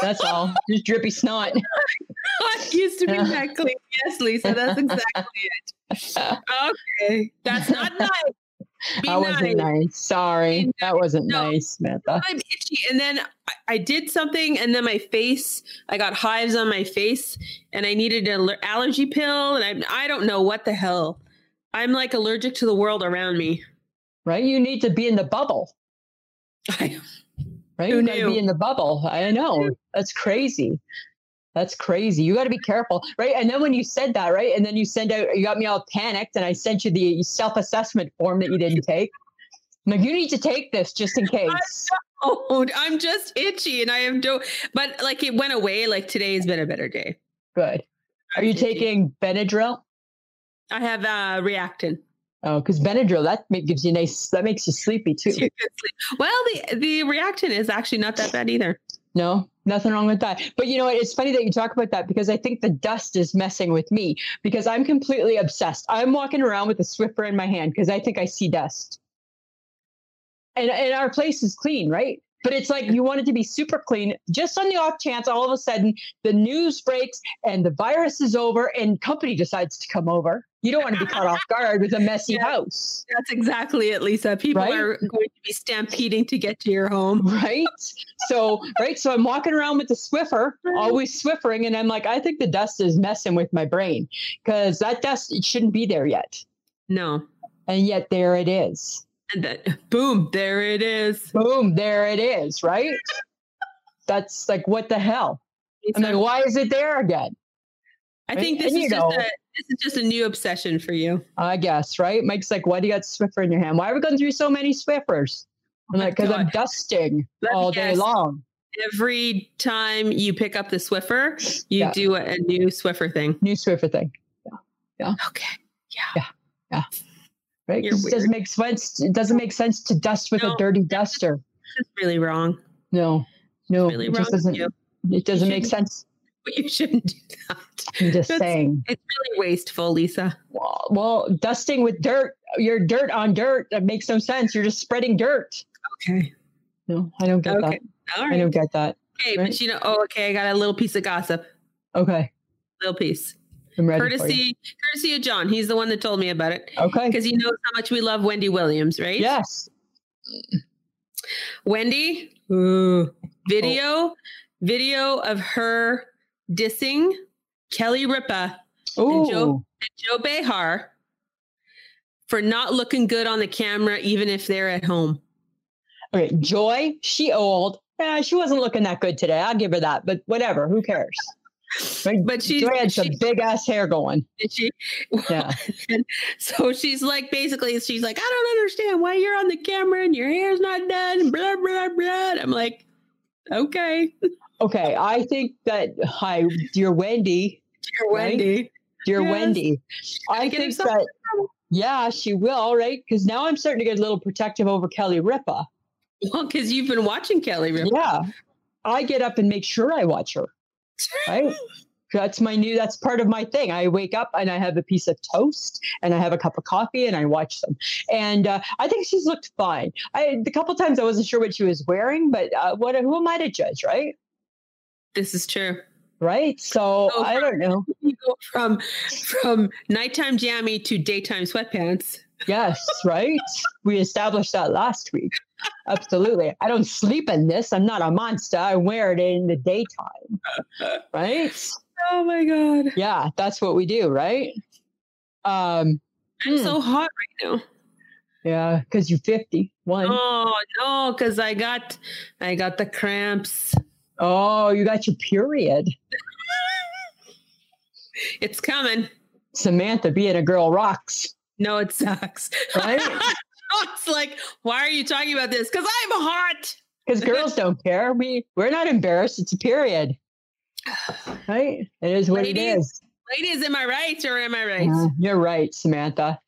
[SPEAKER 2] That's all, just drippy snot.
[SPEAKER 1] It used to be that clean. Yes, Lisa, that's exactly it. Okay, that's not nice. Be
[SPEAKER 2] that wasn't
[SPEAKER 1] nice.
[SPEAKER 2] nice. Sorry,
[SPEAKER 1] Be
[SPEAKER 2] that wasn't
[SPEAKER 1] No.
[SPEAKER 2] nice, Samantha.
[SPEAKER 1] I'm itchy, and then I, I did something, and then my face. I got hives on my face, and I needed an aller- allergy pill, and I I don't know what the hell. I'm like allergic to the world around me.
[SPEAKER 2] Right? You need to be in the bubble.
[SPEAKER 1] I,
[SPEAKER 2] Right?
[SPEAKER 1] Who
[SPEAKER 2] you gotta
[SPEAKER 1] knew?
[SPEAKER 2] be in the bubble. I know. That's crazy. That's crazy. You got to be careful, right? And then when you said that, right? And then you send out, you got me all panicked, and I sent you the self assessment form that you didn't take. I'm like, you need to take this just in case.
[SPEAKER 1] oh, I'm just itchy, and I have no. But like it went away. Like today has been a better day.
[SPEAKER 2] Good. Are you taking Benadryl?
[SPEAKER 1] I have uh, reactin.
[SPEAKER 2] Oh, because Benadryl that ma- gives you nice. That makes you sleepy too.
[SPEAKER 1] Well, the the reactin is actually not that bad either.
[SPEAKER 2] No, nothing wrong with that. But you know what? It's funny that you talk about that because I think the dust is messing with me because I'm completely obsessed. I'm walking around with a Swiffer in my hand because I think I see dust. And, and our place is clean, right? But it's like you want it to be super clean. Just on the off chance, all of a sudden the news breaks and the virus is over and company decides to come over. You don't want to be caught off guard with a messy
[SPEAKER 1] Yeah.
[SPEAKER 2] house.
[SPEAKER 1] That's exactly it, Lisa. People
[SPEAKER 2] Right?
[SPEAKER 1] are going to be stampeding to get to your home.
[SPEAKER 2] right? So, right. So I'm walking around with the Swiffer, always Swiffering. And I'm like, I think the dust is messing with my brain because that dust it shouldn't be there yet.
[SPEAKER 1] No,
[SPEAKER 2] And yet there it is.
[SPEAKER 1] and then boom, there it is.
[SPEAKER 2] Boom, there it is, right? That's like, what the hell? I'm like, why is it there again?
[SPEAKER 1] I think
[SPEAKER 2] right?
[SPEAKER 1] this
[SPEAKER 2] And
[SPEAKER 1] is
[SPEAKER 2] you
[SPEAKER 1] just a
[SPEAKER 2] know-
[SPEAKER 1] this is just a new obsession for you.
[SPEAKER 2] I guess, right? Mike's like, why do you got Swiffer in your hand? Why are we going through so many Swiffers? I'm
[SPEAKER 1] my
[SPEAKER 2] like, because I'm
[SPEAKER 1] God.
[SPEAKER 2] dusting
[SPEAKER 1] Let me
[SPEAKER 2] all day
[SPEAKER 1] guess.
[SPEAKER 2] long.
[SPEAKER 1] Every time you pick up the Swiffer, you
[SPEAKER 2] Yeah.
[SPEAKER 1] do a, a new Swiffer thing.
[SPEAKER 2] New Swiffer thing.
[SPEAKER 1] Okay.
[SPEAKER 2] Right?
[SPEAKER 1] You're
[SPEAKER 2] 'Cause It
[SPEAKER 1] weird.
[SPEAKER 2] doesn't make sense. It doesn't make sense to dust with a
[SPEAKER 1] No.
[SPEAKER 2] dirty duster.
[SPEAKER 1] That's really wrong.
[SPEAKER 2] No, no,
[SPEAKER 1] Really
[SPEAKER 2] it
[SPEAKER 1] wrong.
[SPEAKER 2] just
[SPEAKER 1] of
[SPEAKER 2] doesn't.
[SPEAKER 1] you.
[SPEAKER 2] It doesn't make
[SPEAKER 1] shouldn't-
[SPEAKER 2] sense.
[SPEAKER 1] But you shouldn't do that.
[SPEAKER 2] I'm just
[SPEAKER 1] That's-
[SPEAKER 2] saying.
[SPEAKER 1] It's really wasteful, Lisa.
[SPEAKER 2] Well, well, dusting with dirt, your dirt on dirt, that makes no sense. You're just spreading dirt.
[SPEAKER 1] Okay.
[SPEAKER 2] No, I don't get
[SPEAKER 1] Okay.
[SPEAKER 2] that.
[SPEAKER 1] All
[SPEAKER 2] I
[SPEAKER 1] right.
[SPEAKER 2] don't get that.
[SPEAKER 1] Okay,
[SPEAKER 2] right.
[SPEAKER 1] but you know, oh, okay, I got a little piece of gossip.
[SPEAKER 2] Okay,
[SPEAKER 1] Little piece.
[SPEAKER 2] I'm ready. For you.
[SPEAKER 1] courtesy courtesy of John. He's the one that told me about it
[SPEAKER 2] Okay.
[SPEAKER 1] because he knows how much we love Wendy Williams, right?
[SPEAKER 2] Yes.
[SPEAKER 1] Wendy. Ooh. Video, video of her dissing Kelly Ripa And Joe-
[SPEAKER 2] Oh,
[SPEAKER 1] and Joe Behar for not looking good on the camera, even if they're at home.
[SPEAKER 2] okay. Joy, she old. Yeah, she wasn't looking that good today. I'll give her that. But whatever. Who cares? Right?
[SPEAKER 1] But she,
[SPEAKER 2] Joy had some
[SPEAKER 1] she,
[SPEAKER 2] big ass hair going.
[SPEAKER 1] she
[SPEAKER 2] Yeah.
[SPEAKER 1] so she's like basically she's like, I don't understand why you're on the camera and your hair's not done. Blah blah blah. I'm like, okay,
[SPEAKER 2] Okay. I think that hi, dear Wendy,
[SPEAKER 1] dear
[SPEAKER 2] Right?
[SPEAKER 1] Wendy.
[SPEAKER 2] dear
[SPEAKER 1] Yes.
[SPEAKER 2] Wendy. I
[SPEAKER 1] get
[SPEAKER 2] think
[SPEAKER 1] herself
[SPEAKER 2] that, yeah, she will, right? Because now I'm starting to get a little protective over Kelly Ripa.
[SPEAKER 1] Well, because you've been watching Kelly Ripa.
[SPEAKER 2] Yeah. I get up and make sure I watch her, right? That's my new, that's part of my thing. I wake up and I have a piece of toast and I have a cup of coffee and I watch them. And uh, I think she's looked fine. I, the couple times I wasn't sure what she was wearing, but uh, what, who am I to judge, right?
[SPEAKER 1] This is true.
[SPEAKER 2] Right. So
[SPEAKER 1] So
[SPEAKER 2] I don't know.
[SPEAKER 1] You go from from nighttime jammy to daytime sweatpants.
[SPEAKER 2] Yes, right? we established that last week. Absolutely. I don't sleep in this. I'm not a monster. I wear it in the daytime. Right?
[SPEAKER 1] Oh my god.
[SPEAKER 2] Yeah, that's what we do, right? Um
[SPEAKER 1] I'm
[SPEAKER 2] hmm,
[SPEAKER 1] so hot right now.
[SPEAKER 2] yeah, because you're 51. Oh.
[SPEAKER 1] Oh no, because I got I got the cramps.
[SPEAKER 2] Oh, you got your period.
[SPEAKER 1] It's coming.
[SPEAKER 2] Samantha being a girl rocks.
[SPEAKER 1] No, it sucks.
[SPEAKER 2] Right?
[SPEAKER 1] it's like, why are you talking about this? Because I'm hot.
[SPEAKER 2] Because girls don't care. We we're not embarrassed. It's a period. Right? It is what it
[SPEAKER 1] Ladies,
[SPEAKER 2] is.
[SPEAKER 1] Ladies, am I right or am I right?
[SPEAKER 2] Yeah, you're right, Samantha.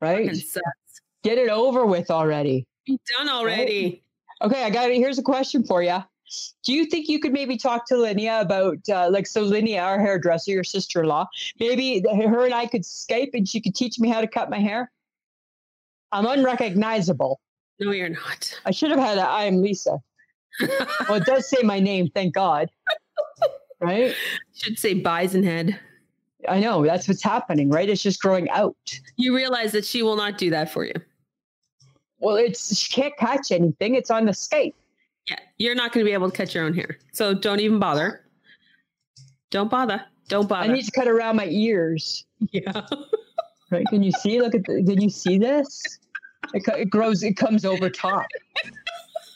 [SPEAKER 2] Right?
[SPEAKER 1] Fucking sucks.
[SPEAKER 2] Get it over with already.
[SPEAKER 1] Be done already.
[SPEAKER 2] Okay, I got it. Here's a question for you. Do you think you could maybe talk to Linnea about, uh, like, so Linnea, our hairdresser, your sister in law, maybe th- her and I could Skype and she could teach me how to cut my hair? I'm unrecognizable.
[SPEAKER 1] No, you're not.
[SPEAKER 2] I should have had a I am Lisa. Well, it does say my name, thank God. Right?
[SPEAKER 1] Should say bison head.
[SPEAKER 2] I know that's what's happening, right? It's just growing out.
[SPEAKER 1] You realize that she will not do that for you.
[SPEAKER 2] Well, it's she can't catch anything. It's on the Skype.
[SPEAKER 1] Yeah, you're not going to be able to cut your own hair. So don't even bother. Don't bother. Don't
[SPEAKER 2] I
[SPEAKER 1] bother.
[SPEAKER 2] need to cut around my ears.
[SPEAKER 1] yeah.
[SPEAKER 2] Right? Can you see? Look at. The, can you see this? It, co- it grows. It comes over top.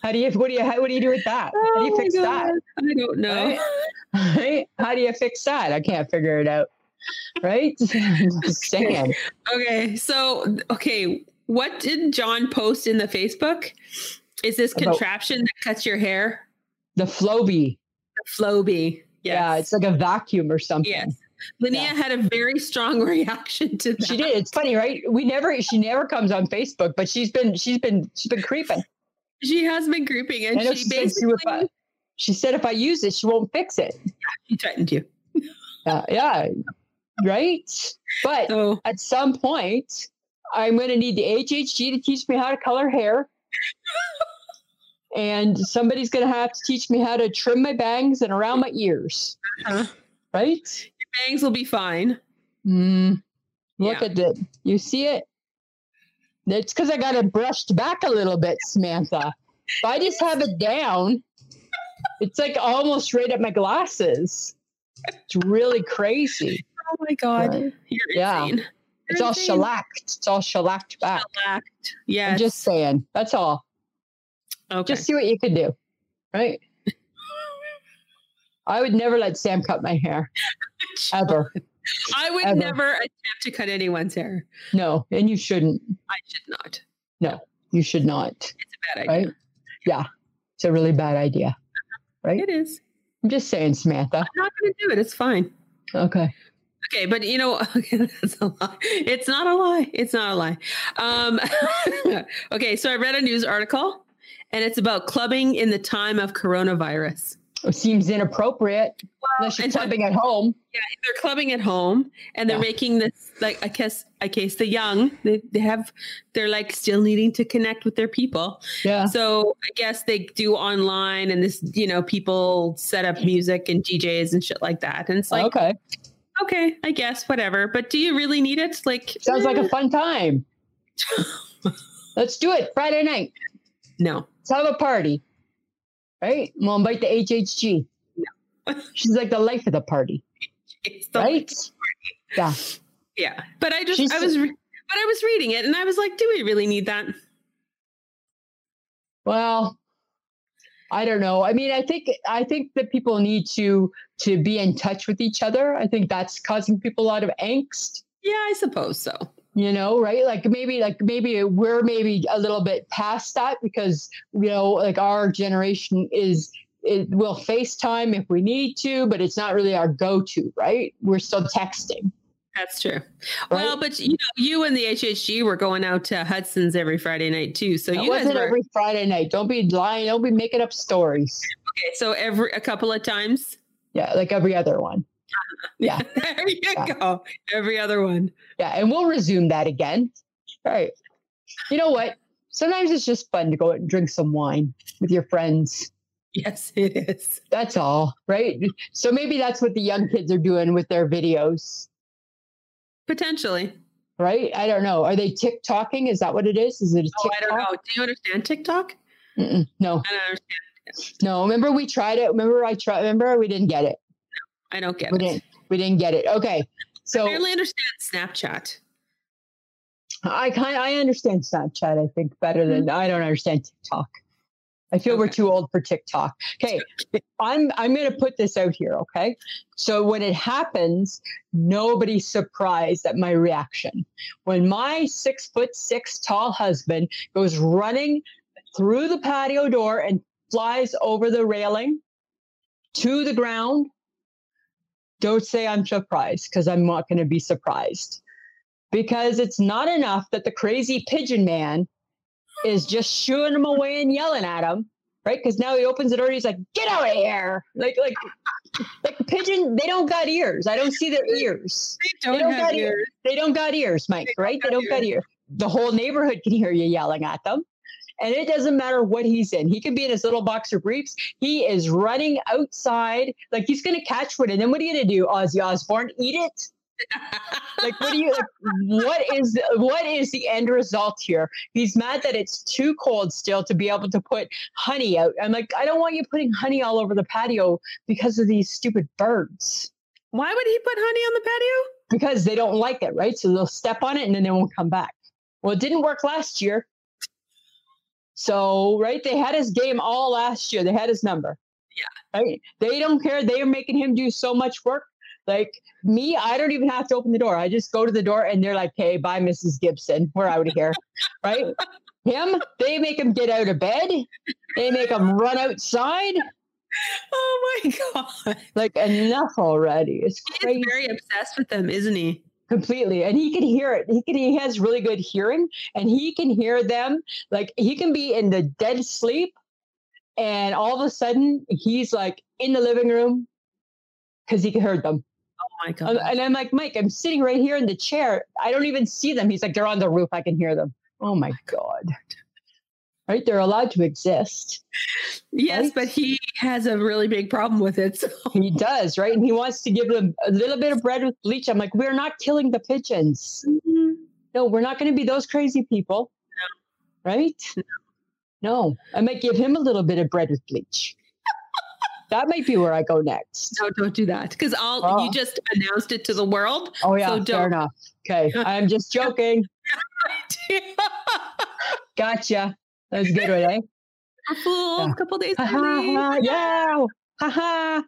[SPEAKER 2] How do you? What do you? How, what do you do with that? How do you
[SPEAKER 1] Oh my
[SPEAKER 2] fix that?
[SPEAKER 1] God. I don't know.
[SPEAKER 2] Right? Right? How do you fix that? I can't figure it out. Right? Just saying.
[SPEAKER 1] Okay. So, okay. What did John post in the Facebook? Is this
[SPEAKER 2] About-
[SPEAKER 1] contraption that cuts your hair?
[SPEAKER 2] The Floby.
[SPEAKER 1] Flowbee.
[SPEAKER 2] Yeah,
[SPEAKER 1] Yes.
[SPEAKER 2] it's like a vacuum or something.
[SPEAKER 1] yes. Linnea
[SPEAKER 2] Yeah.
[SPEAKER 1] had a very strong reaction to that.
[SPEAKER 2] She did. It's funny, right? We never. She never comes on Facebook, but she's been. She's been. She's been creeping.
[SPEAKER 1] She has been creeping and
[SPEAKER 2] I know
[SPEAKER 1] she,
[SPEAKER 2] she said she
[SPEAKER 1] basically
[SPEAKER 2] would. fi- She said if I use it, she won't fix it.
[SPEAKER 1] she threatened you.
[SPEAKER 2] Yeah, yeah, right. But
[SPEAKER 1] So,
[SPEAKER 2] at some point, I'm going to need the HHG to teach me how to color hair, and somebody's going to have to teach me how to trim my bangs and around my ears.
[SPEAKER 1] Uh-huh.
[SPEAKER 2] Right?
[SPEAKER 1] bangs will be fine.
[SPEAKER 2] Mm, look
[SPEAKER 1] Yeah.
[SPEAKER 2] at it. You see it? It's because I got it brushed back a little bit, Samantha. If I just have it down, it's like almost right at my glasses. It's really crazy.
[SPEAKER 1] Oh my god.
[SPEAKER 2] Right.
[SPEAKER 1] You're
[SPEAKER 2] Yeah.
[SPEAKER 1] insane.
[SPEAKER 2] It's
[SPEAKER 1] You're
[SPEAKER 2] all
[SPEAKER 1] insane.
[SPEAKER 2] shellacked. It's all shellacked back.
[SPEAKER 1] Shellacked. Yes.
[SPEAKER 2] I'm just saying. That's all.
[SPEAKER 1] okay.
[SPEAKER 2] Just see what you can do. Right? I would never let Sam cut my hair ever.
[SPEAKER 1] I would
[SPEAKER 2] ever.
[SPEAKER 1] never attempt to cut anyone's hair.
[SPEAKER 2] No, and you shouldn't.
[SPEAKER 1] I should not.
[SPEAKER 2] You should not.
[SPEAKER 1] Bad idea.
[SPEAKER 2] Right? Yeah. It's a really bad idea. Right?
[SPEAKER 1] It is.
[SPEAKER 2] I'm just saying, Samantha.
[SPEAKER 1] I'm not going to do it. It's fine.
[SPEAKER 2] Okay.
[SPEAKER 1] Okay, but you know, okay, that's a lie. It's not a lie. It's not a lie. Um, okay, so I read a news article, and it's about clubbing in the time of coronavirus.
[SPEAKER 2] It seems inappropriate unless you're
[SPEAKER 1] and so-
[SPEAKER 2] clubbing at home.
[SPEAKER 1] they're clubbing at home and they're
[SPEAKER 2] Yeah.
[SPEAKER 1] making this like I guess I guess the young they, they have they're like still needing to connect with their people.
[SPEAKER 2] Yeah.
[SPEAKER 1] So I guess they do online and this you know people set up music and DJs and shit like that. And it's like okay,
[SPEAKER 2] okay.
[SPEAKER 1] I guess whatever. But do you really need it? Like
[SPEAKER 2] Sounds like
[SPEAKER 1] eh,
[SPEAKER 2] a fun time. Let's do it Friday night.
[SPEAKER 1] no.
[SPEAKER 2] Let's have a party. Right? We'll invite the HHG. She's like the life of the party,
[SPEAKER 1] It's the-
[SPEAKER 2] right? Yeah.
[SPEAKER 1] Yeah. But I just
[SPEAKER 2] She's-
[SPEAKER 1] I was re- but I was reading it and I was like, do we really need that?
[SPEAKER 2] Well, I don't know. I mean, I think I think that people need to to be in touch with each other. I think that's causing people a lot of angst.
[SPEAKER 1] Yeah, I suppose so.
[SPEAKER 2] you know right like maybe like maybe we're maybe a little bit past that because you know like our generation is it will facetime if we need to but it's not really our go-to right we're still texting
[SPEAKER 1] That's true. Well, but you know, you and the HHG were going out to Hudson's every Friday night too. So
[SPEAKER 2] it
[SPEAKER 1] you guys
[SPEAKER 2] wasn't
[SPEAKER 1] were
[SPEAKER 2] every friday night don't be lying don't be making up stories
[SPEAKER 1] okay. So every a couple of times.
[SPEAKER 2] yeah like every other one Yeah.
[SPEAKER 1] there you
[SPEAKER 2] Yeah.
[SPEAKER 1] go. Every other one.
[SPEAKER 2] yeah and we'll resume that again all right you know what sometimes it's just fun to go out and drink some wine with your friends
[SPEAKER 1] Yes, it is.
[SPEAKER 2] That's all, right? So maybe that's what the young kids are doing with their videos,
[SPEAKER 1] Potentially.
[SPEAKER 2] right? I don't know. Are they TikToking? Is that what it is? Is it a
[SPEAKER 1] Oh, I don't
[SPEAKER 2] TikTok?
[SPEAKER 1] know. Do you understand TikTok?
[SPEAKER 2] Mm-mm. No,
[SPEAKER 1] I don't understand.
[SPEAKER 2] no. Remember we tried it. Remember I tried. Remember we didn't get it.
[SPEAKER 1] I don't get
[SPEAKER 2] We
[SPEAKER 1] it.
[SPEAKER 2] didn't. We didn't get it. Okay.
[SPEAKER 1] I
[SPEAKER 2] So
[SPEAKER 1] barely understand Snapchat.
[SPEAKER 2] I kind I understand Snapchat. I think better than I don't understand TikTok. I feel we're
[SPEAKER 1] Okay.
[SPEAKER 2] too old for TikTok. Okay, I'm I'm going to put this out here. Okay, so when it happens, nobody's surprised at my reaction. When my six foot six tall husband goes running through the patio door and flies over the railing to the ground, don't say I'm surprised because I'm not going to be surprised because it's not enough that the crazy pigeon man is just shooing him away and yelling at him, right? Because now he opens the door and he's like, "Get out of here!" Like, like, like pigeon. They don't got ears. I don't see their ears.
[SPEAKER 1] They don't,
[SPEAKER 2] don't
[SPEAKER 1] have
[SPEAKER 2] got ears.
[SPEAKER 1] ears.
[SPEAKER 2] They don't got ears, Mike.
[SPEAKER 1] They don't
[SPEAKER 2] right?
[SPEAKER 1] got
[SPEAKER 2] they don't got ears. The whole neighborhood can hear you yelling at them. And it doesn't matter what he's in. He can be in his little boxer briefs. He is running outside like he's going to catch one. And then what are you going to do, Ozzy Osbourne? Eat it? like what do you like, what is the, what is the end result here he's mad that it's too cold still to be able to put honey out i'm like i don't want you putting honey all over the patio because of these stupid birds
[SPEAKER 1] Why would he put honey on the patio?
[SPEAKER 2] because they don't like it right so they'll step on it and then they won't come back well it didn't work last year so right they had his game all last year they had his number yeah right they don't care they are making him do so much work like me, I don't even have to open the door. I just go to the door and they're like, hey, bye, Mrs. Gibson. We're out of here. right? Him, they make him get out of bed. They make him run outside.
[SPEAKER 1] Oh my god!
[SPEAKER 2] Like, enough already. It's crazy.
[SPEAKER 1] He's very obsessed with them, isn't he? Oh
[SPEAKER 2] completely and he can hear it he can he has really good hearing and he can hear them like he can be in the dead sleep and all of a sudden he's like in the living room because he heard them
[SPEAKER 1] Oh my god!
[SPEAKER 2] Um, and I'm like, Mike, I'm sitting right here in the chair. I don't even see them. He's like, they're on the roof. I can hear them. Oh my God. Right? They're allowed to exist.
[SPEAKER 1] yes,
[SPEAKER 2] right?
[SPEAKER 1] but he has a really big problem with it. So
[SPEAKER 2] He does, right? And he wants to give them a little bit of bread with bleach. I'm like, we're not killing the pigeons.
[SPEAKER 1] Mm-hmm.
[SPEAKER 2] No, we're not going to be those crazy people. Right? No. I might give him a little bit of bread with bleach. that might be where I go next.
[SPEAKER 1] no, don't do that because I'll.
[SPEAKER 2] Oh.
[SPEAKER 1] You just announced it to the world.
[SPEAKER 2] Oh, yeah.
[SPEAKER 1] So
[SPEAKER 2] fair
[SPEAKER 1] don't-
[SPEAKER 2] enough. Okay. I'm just joking.
[SPEAKER 1] A
[SPEAKER 2] Gotcha. That was a good one, eh?
[SPEAKER 1] fool.
[SPEAKER 2] Yeah.
[SPEAKER 1] A couple days.
[SPEAKER 2] Ha, ha,
[SPEAKER 1] early.
[SPEAKER 2] ha, yeah. Ha, ha.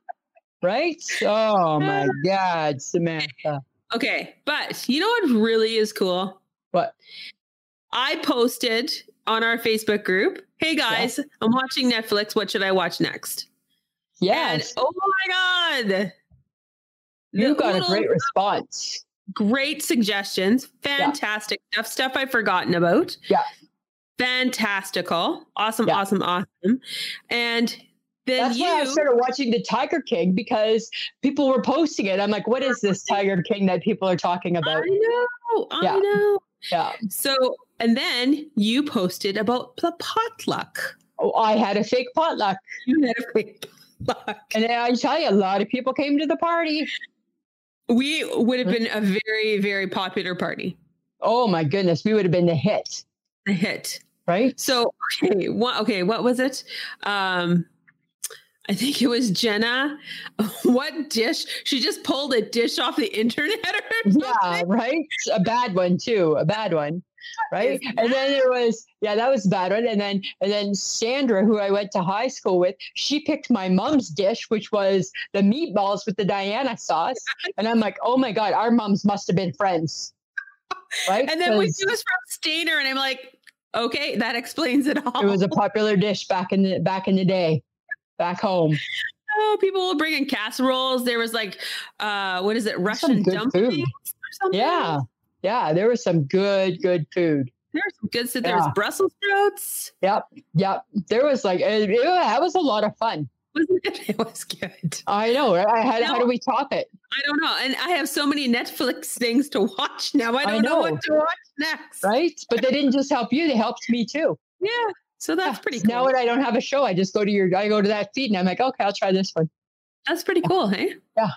[SPEAKER 2] Right? Oh my God, Samantha.
[SPEAKER 1] Okay, but you know what really is cool?
[SPEAKER 2] What?
[SPEAKER 1] I posted on our Facebook group, "Hey guys, I'm watching Netflix. What should I watch next?"
[SPEAKER 2] Yes.
[SPEAKER 1] And oh my god,
[SPEAKER 2] You
[SPEAKER 1] The
[SPEAKER 2] got a
[SPEAKER 1] little
[SPEAKER 2] great response.
[SPEAKER 1] great suggestions. Fantastic stuff. Stuff I've forgotten about.
[SPEAKER 2] Yeah.
[SPEAKER 1] Fantastical. Awesome.
[SPEAKER 2] Yeah.
[SPEAKER 1] Awesome. Awesome. And then
[SPEAKER 2] That's
[SPEAKER 1] you.
[SPEAKER 2] why I started watching the Tiger King because people were posting it. I'm like, what is this Tiger King that people are talking
[SPEAKER 1] I
[SPEAKER 2] about?
[SPEAKER 1] know. I
[SPEAKER 2] Yeah.
[SPEAKER 1] know.
[SPEAKER 2] Yeah.
[SPEAKER 1] So, and then you posted about the potluck.
[SPEAKER 2] Oh, I had a fake potluck.
[SPEAKER 1] You had a great potluck.
[SPEAKER 2] And I tell you, a lot of people came to the party.
[SPEAKER 1] We would have been a very, very popular party.
[SPEAKER 2] Oh my goodness. We would have been the hit,
[SPEAKER 1] A hit.
[SPEAKER 2] right?
[SPEAKER 1] So okay, what okay, what was it? Um I think it was Jenna. What dish? She just pulled a dish off the internet or something.
[SPEAKER 2] Yeah, right. A bad one too. A bad one, right?
[SPEAKER 1] is
[SPEAKER 2] And then there was yeah, that was a bad one. And then and then Sandra, who I went to high school with, she picked my mom's dish, which was the meatballs with the Diana sauce. And I'm like, oh my god, our moms must have been friends, right?
[SPEAKER 1] And then we
[SPEAKER 2] 'Cause
[SPEAKER 1] she was from Stainer, and I'm like, okay, that explains it all.
[SPEAKER 2] it was a popular dish back in the back in the day, back home.
[SPEAKER 1] oh, people will bring in casseroles. There was like uh what is it, Russian
[SPEAKER 2] good
[SPEAKER 1] dumplings
[SPEAKER 2] food.
[SPEAKER 1] or something?
[SPEAKER 2] Yeah, yeah, there was some good good food.
[SPEAKER 1] There was some good stuff. There was
[SPEAKER 2] Yeah.
[SPEAKER 1] Brussels sprouts.
[SPEAKER 2] Yep, there was like it, it- that was a lot of fun.
[SPEAKER 1] Wasn't it? It was good.
[SPEAKER 2] I know. Right? I had, how
[SPEAKER 1] Now-
[SPEAKER 2] do we top it?
[SPEAKER 1] I don't know. And I have so many Netflix things to watch now. I
[SPEAKER 2] I
[SPEAKER 1] don't know.
[SPEAKER 2] know.
[SPEAKER 1] what to watch next.
[SPEAKER 2] right? But they didn't just help you; they helped me too.
[SPEAKER 1] Yeah. So that's
[SPEAKER 2] Yeah.
[SPEAKER 1] pretty
[SPEAKER 2] So
[SPEAKER 1] cool.
[SPEAKER 2] Now when I don't have a show, I just go to your, I go to that feed, and I'm like, okay, I'll try this one.
[SPEAKER 1] that's pretty cool, hey?
[SPEAKER 2] Yeah, I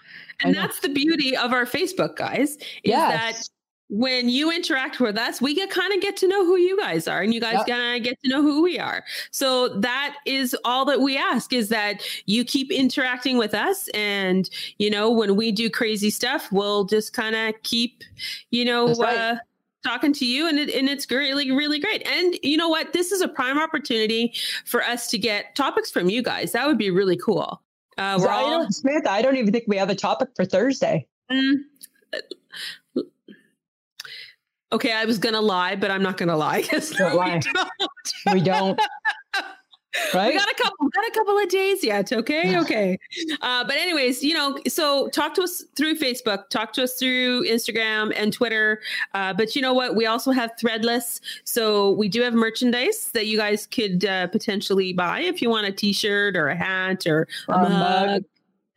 [SPEAKER 1] And
[SPEAKER 2] know.
[SPEAKER 1] that's the beauty of our Facebook guys is that
[SPEAKER 2] Yes,
[SPEAKER 1] when you interact with us, we get kind of get to know who you guys are and you guys
[SPEAKER 2] Yep.
[SPEAKER 1] kind of get to know who we are. So that is all that we ask is that you keep interacting with us and you know when we do crazy stuff, we'll just kind of keep you know
[SPEAKER 2] That's right.
[SPEAKER 1] uh talking to you and it, and it's really really great. And you know what? This is a prime opportunity for us to get topics from you guys. That would be really cool. Uh,
[SPEAKER 2] So
[SPEAKER 1] we're
[SPEAKER 2] I
[SPEAKER 1] all
[SPEAKER 2] don't, Samantha. I don't even think we have a topic for Thursday.
[SPEAKER 1] Mm. Okay, I was gonna lie, but I'm not gonna lie. 'cause
[SPEAKER 2] Don't
[SPEAKER 1] we
[SPEAKER 2] lie.
[SPEAKER 1] don't.
[SPEAKER 2] We don't.
[SPEAKER 1] We
[SPEAKER 2] right?
[SPEAKER 1] got a couple, we got a couple of days yet. Okay, okay. Uh, but anyways, you know, so talk to us through Facebook, talk to us through Instagram and Twitter. Uh, but you know what? We also have Threadless, so we do have merchandise that you guys could uh, potentially buy if you want a T-shirt or a hat or a,
[SPEAKER 2] Or
[SPEAKER 1] mug.
[SPEAKER 2] a mug.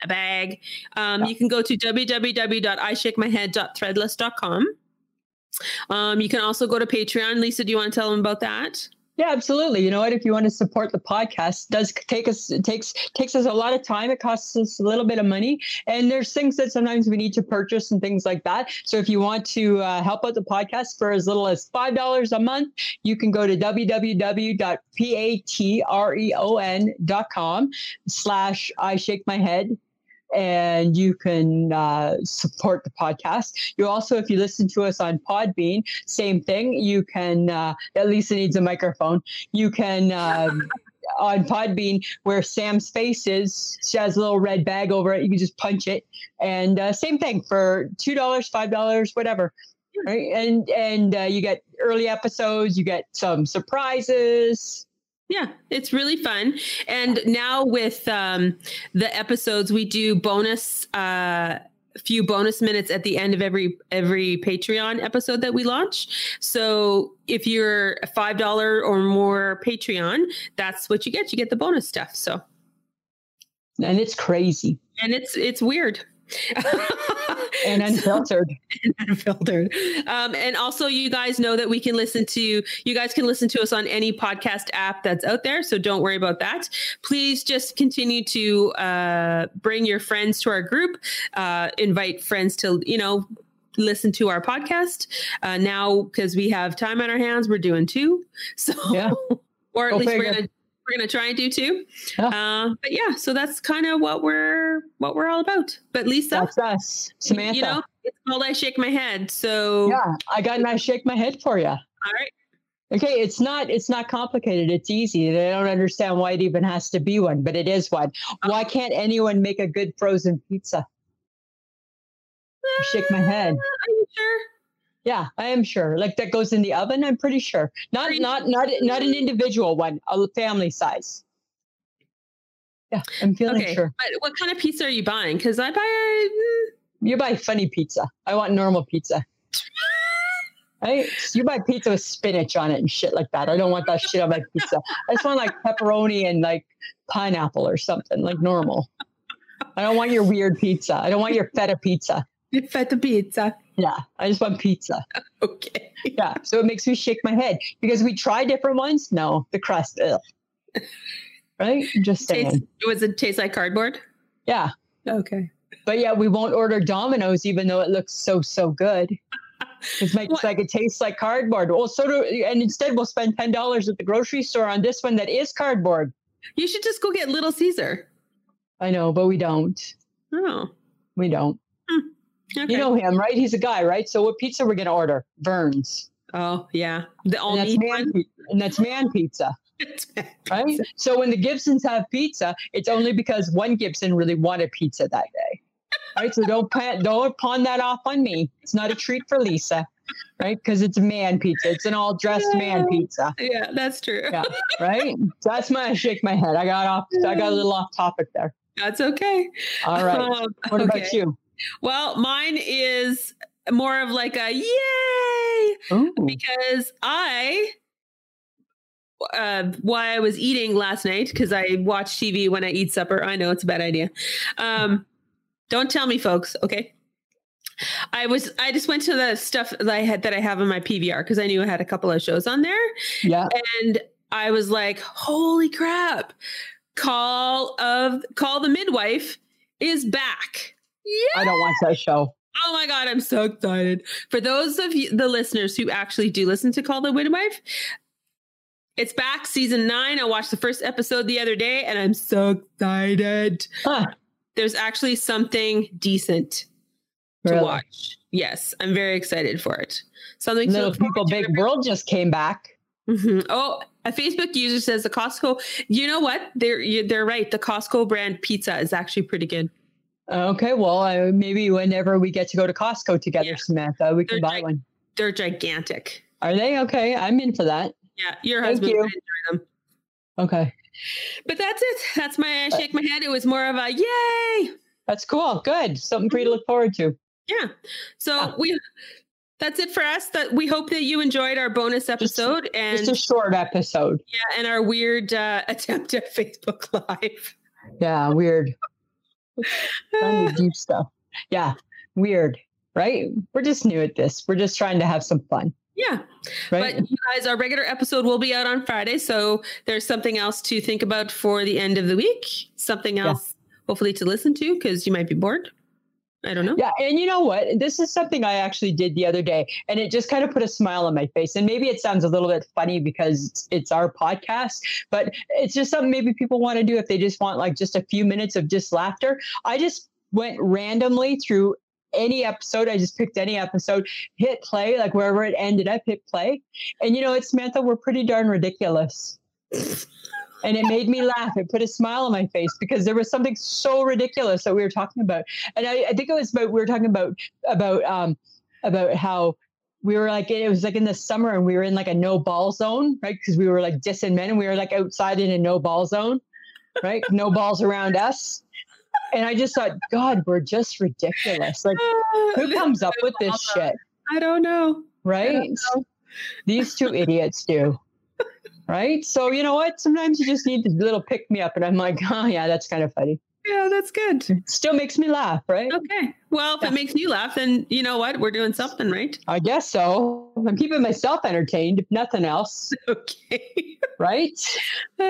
[SPEAKER 1] A bag. Um,
[SPEAKER 2] Yeah.
[SPEAKER 1] You can go to www.ishakemyhead.threadless.com. Um, you can also go to Patreon. Lisa, do you want to tell them about that?
[SPEAKER 2] Yeah, absolutely. You know what? If you want to support the podcast, it does take us it takes takes us a lot of time. It costs us a little bit of money, and there's things that sometimes we need to purchase and things like that. So if you want to uh, help out the podcast for as little as five dollars a month, you can go to www.patreon.com slash I shake my head. And you can uh, support the podcast. You also, if you listen to us on Podbean, same thing. You can, uh, at least it needs a microphone. You can, um, on Podbean, where Sam's face is, she has a little red bag over it. You can just punch it. And uh, same thing for $2, $5, whatever. Right? And and uh, you get early episodes, you get some surprises.
[SPEAKER 1] Yeah, it's really fun. And now with um, the episodes, we do bonus uh few bonus minutes at the end of every every Patreon episode that we launch. So if you're a five dollar or more Patreon, that's what you get. You get the bonus stuff. So
[SPEAKER 2] And it's crazy
[SPEAKER 1] and it's it's weird.
[SPEAKER 2] and unfiltered.
[SPEAKER 1] unfiltered. Um, and also, you guys know that we can listen to you guys can listen to us on any podcast app that's out there. So don't worry about that. Please just continue to uh, bring your friends to our group. Uh, invite friends to you know listen to our podcast uh, now because we have time on our hands. We're doing two, so
[SPEAKER 2] Yeah.
[SPEAKER 1] or at
[SPEAKER 2] Go
[SPEAKER 1] least we're
[SPEAKER 2] figure.
[SPEAKER 1] gonna we're gonna try and do two.
[SPEAKER 2] Yeah.
[SPEAKER 1] Uh, but yeah, so that's kind of what we're what we're all about. But Lisa.
[SPEAKER 2] That's us, Samantha.
[SPEAKER 1] You know, it's called I Shake My Head. So,
[SPEAKER 2] yeah, I got and I shake my head for you.
[SPEAKER 1] all right.
[SPEAKER 2] Okay, it's not it's not complicated. It's easy. And I don't understand why it even has to be one, but it is one.
[SPEAKER 1] Uh-huh.
[SPEAKER 2] Why can't anyone make a good frozen pizza? I shake my head.
[SPEAKER 1] uh, Are you sure?
[SPEAKER 2] Yeah, I am sure. Like that goes in the oven. I'm pretty sure. Not
[SPEAKER 1] Pretty
[SPEAKER 2] not not not an individual one. A family size. Yeah, I'm feeling
[SPEAKER 1] Okay.
[SPEAKER 2] sure.
[SPEAKER 1] But what kind of pizza are you buying? Because I buy. mm,
[SPEAKER 2] You buy funny pizza. I want normal pizza. Right? You buy pizza with spinach on it and shit like that. I don't want that shit on my pizza. I just want like pepperoni and like pineapple or something, like normal. I don't want your weird pizza. I don't want your feta pizza.
[SPEAKER 1] uh, feta pizza.
[SPEAKER 2] Yeah, I just want pizza.
[SPEAKER 1] Okay.
[SPEAKER 2] Yeah, so it makes me shake my head because we try different ones. No, the crust, ugh. right? Just
[SPEAKER 1] Tastes,
[SPEAKER 2] saying.
[SPEAKER 1] it was it taste like cardboard?
[SPEAKER 2] Yeah,
[SPEAKER 1] Okay.
[SPEAKER 2] but yeah, we won't order Domino's even though it looks so so good. It makes
[SPEAKER 1] What-
[SPEAKER 2] like it tastes like cardboard. Well, so do, and instead we'll spend ten dollars at the grocery store on this one that is cardboard.
[SPEAKER 1] You should just go get Little Caesar.
[SPEAKER 2] I know, but we don't.
[SPEAKER 1] Oh.
[SPEAKER 2] We don't.
[SPEAKER 1] Okay.
[SPEAKER 2] You know him, right? He's a guy, right? So what pizza we're gonna order? Vern's.
[SPEAKER 1] oh yeah, the all
[SPEAKER 2] And that's
[SPEAKER 1] meat
[SPEAKER 2] man.
[SPEAKER 1] one.
[SPEAKER 2] pi- And that's man pizza, right? So when the Gibsons have pizza, it's only because one Gibson really wanted pizza that day. All right, so don't pa- don't pawn that off on me. It's not a treat for Lisa, right? Because it's man pizza. It's an all dressed man
[SPEAKER 1] Yeah.
[SPEAKER 2] pizza.
[SPEAKER 1] yeah, that's true.
[SPEAKER 2] Yeah. right? So that's my shake my head. I got off. I got a little off topic there.
[SPEAKER 1] That's okay.
[SPEAKER 2] All right.
[SPEAKER 1] Um,
[SPEAKER 2] What
[SPEAKER 1] okay.
[SPEAKER 2] about you?
[SPEAKER 1] Well, mine is more of like a yay.
[SPEAKER 2] Ooh,
[SPEAKER 1] because I, uh, while I was eating last night, because I watch TV when I eat supper. I know it's a bad idea. Um, don't tell me, folks. Okay. I was. I just went to the stuff that I had that I have on my PVR because I knew I had a couple of shows on there,
[SPEAKER 2] yeah.
[SPEAKER 1] and I was like, "Holy crap! Call of Call the Midwife is back." Yeah.
[SPEAKER 2] I don't watch that show.
[SPEAKER 1] Oh my god, I'm so excited. For those of you, the listeners who actually do listen to Call the Midwife, it's back season 9. I watched the first episode the other day and I'm so excited.
[SPEAKER 2] Huh,
[SPEAKER 1] There's actually something decent to
[SPEAKER 2] really.
[SPEAKER 1] watch. Yes, I'm very excited for it. Something
[SPEAKER 2] Little People Big World just came back.
[SPEAKER 1] hmm Oh, a Facebook user says the Costco. You know what? They're you- they're right. The Costco brand pizza is actually pretty good.
[SPEAKER 2] Okay, well, uh, maybe whenever we get to go to Costco together,
[SPEAKER 1] Yeah.
[SPEAKER 2] Samantha, we
[SPEAKER 1] They're
[SPEAKER 2] can buy
[SPEAKER 1] like-
[SPEAKER 2] one.
[SPEAKER 1] They're gigantic.
[SPEAKER 2] Are they okay? I'm in for that.
[SPEAKER 1] Yeah, your
[SPEAKER 2] Thank
[SPEAKER 1] husband
[SPEAKER 2] you.
[SPEAKER 1] would enjoy them.
[SPEAKER 2] Okay,
[SPEAKER 1] But that's it. That's my
[SPEAKER 2] Uh,
[SPEAKER 1] I shake my head. It was more of a yay.
[SPEAKER 2] That's cool. Good. Something for you to look forward to.
[SPEAKER 1] Yeah.
[SPEAKER 2] Ah.
[SPEAKER 1] So we that's it for us. That we hope that you enjoyed our bonus episode and
[SPEAKER 2] Just a short episode.
[SPEAKER 1] yeah, and our weird uh, attempt at Facebook Live.
[SPEAKER 2] Yeah, weird. Kind of deep stuff. Yeah, weird. Right? We're just new at this. We're just trying to have some fun.
[SPEAKER 1] yeah.
[SPEAKER 2] Right?
[SPEAKER 1] But you guys, our regular episode will be out on Friday. So there's something else to think about for the end of the week. Something else hopefully to listen to because you might be bored. I don't know.
[SPEAKER 2] Yeah, and you know what? This is something I actually did the other day, and it just kind of put a smile on my face. And maybe it sounds a little bit funny because it's, it's our podcast, but it's just something maybe people want to do if they just want like just a few minutes of just laughter. I just went randomly through any episode. I just picked any episode, hit play, like wherever it ended up, hit play. And you know what, Samantha? We're pretty darn ridiculous. And it made me laugh. It put a smile on my face because there was something so ridiculous that we were talking about and I, I think it was about we were talking about about um about how we were like it was like in the summer and we were in like a no ball zone right because we were like dissing men and we were like outside in a no ball zone right no balls around us and I just thought God we're just ridiculous like who comes up with this shit
[SPEAKER 1] Uh, I don't know.
[SPEAKER 2] right these two idiots do right so you know what sometimes you just need a little pick me up and I'm like oh yeah that's kind of funny
[SPEAKER 1] Yeah, that's good.
[SPEAKER 2] still makes me laugh right
[SPEAKER 1] Okay. Well, if
[SPEAKER 2] Mm. Yeah.
[SPEAKER 1] it makes you laugh, then you know what? We're doing something, right?
[SPEAKER 2] I guess so. I'm keeping myself entertained, if nothing else,
[SPEAKER 1] Okay.
[SPEAKER 2] right?
[SPEAKER 1] Uh,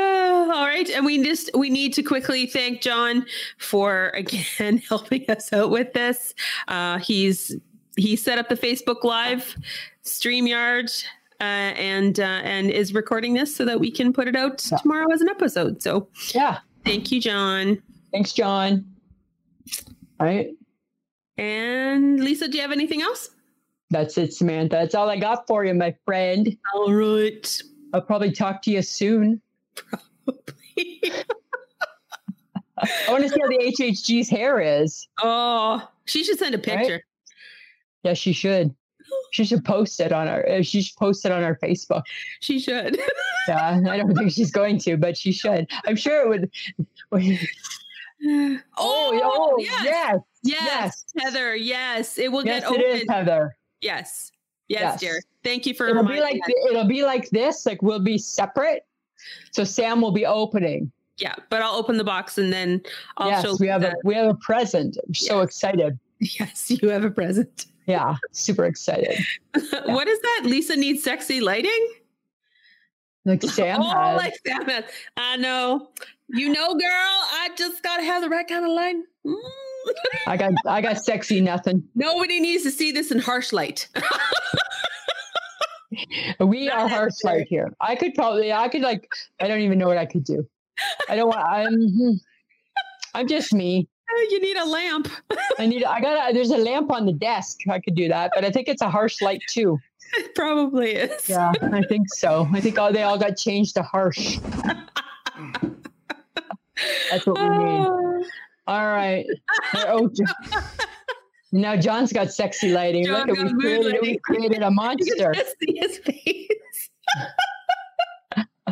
[SPEAKER 1] all right, and we just we need to quickly thank John for again helping us out with this. Uh, he's he set up the Facebook Live, Streamyard, uh, and uh, and is recording this so that we can put it out
[SPEAKER 2] Yeah.
[SPEAKER 1] tomorrow as an episode. So
[SPEAKER 2] Yeah.
[SPEAKER 1] thank you, John
[SPEAKER 2] Thanks, John. Right.
[SPEAKER 1] and Lisa. Do you have anything else?
[SPEAKER 2] That's it, Samantha. That's all I got for you, my friend.
[SPEAKER 1] All right.
[SPEAKER 2] I'll probably talk to you soon. I want to see how the HHG's hair is.
[SPEAKER 1] oh, she should send a picture.
[SPEAKER 2] Yeah, she should. She should post it on our. uh, She should post it on our Facebook.
[SPEAKER 1] She should.
[SPEAKER 2] Yeah, I don't think she's going to, but she should. I'm sure it would.
[SPEAKER 1] oh,
[SPEAKER 2] Oh, oh,
[SPEAKER 1] yes.
[SPEAKER 2] yes,
[SPEAKER 1] Yes, Heather. Yes, it will
[SPEAKER 2] yes,
[SPEAKER 1] get
[SPEAKER 2] it is,
[SPEAKER 1] open.
[SPEAKER 2] Heather.
[SPEAKER 1] Yes. yes,
[SPEAKER 2] Yes.
[SPEAKER 1] dear. Thank you for
[SPEAKER 2] it'll be
[SPEAKER 1] reminding
[SPEAKER 2] like
[SPEAKER 1] us.
[SPEAKER 2] th- it'll be like this like we'll be separate so sam will be opening
[SPEAKER 1] Yeah, but I'll open the box and then I'll show.
[SPEAKER 2] yes we have a
[SPEAKER 1] the-
[SPEAKER 2] we have a present i'm so
[SPEAKER 1] Yes.
[SPEAKER 2] excited
[SPEAKER 1] yes, you have a present.
[SPEAKER 2] yeah super excited
[SPEAKER 1] what is that? Lisa needs sexy lighting.
[SPEAKER 2] like sam
[SPEAKER 1] oh,
[SPEAKER 2] has-
[SPEAKER 1] like that. has- I know. You know, girl. I just gotta have the right kind of light. Mm.
[SPEAKER 2] i got i got sexy nothing
[SPEAKER 1] Nobody needs to see this in harsh light.
[SPEAKER 2] we
[SPEAKER 1] Not
[SPEAKER 2] are harsh
[SPEAKER 1] necessary.
[SPEAKER 2] right here i could probably i could like i don't even know what i could do i don't want i'm hmm, i'm just me
[SPEAKER 1] you need a lamp.
[SPEAKER 2] i need i got there's a lamp on the desk i could do that but i think it's a harsh light too
[SPEAKER 1] It probably is.
[SPEAKER 2] yeah i think so i think all they all got changed to harsh that's what we need
[SPEAKER 1] Oh,
[SPEAKER 2] All right. Oh, Jo- now John's got sexy lighting.
[SPEAKER 1] John
[SPEAKER 2] Look,
[SPEAKER 1] got
[SPEAKER 2] we
[SPEAKER 1] mood
[SPEAKER 2] created, we
[SPEAKER 1] lighting.
[SPEAKER 2] created a
[SPEAKER 1] you can
[SPEAKER 2] monster,
[SPEAKER 1] just see his face.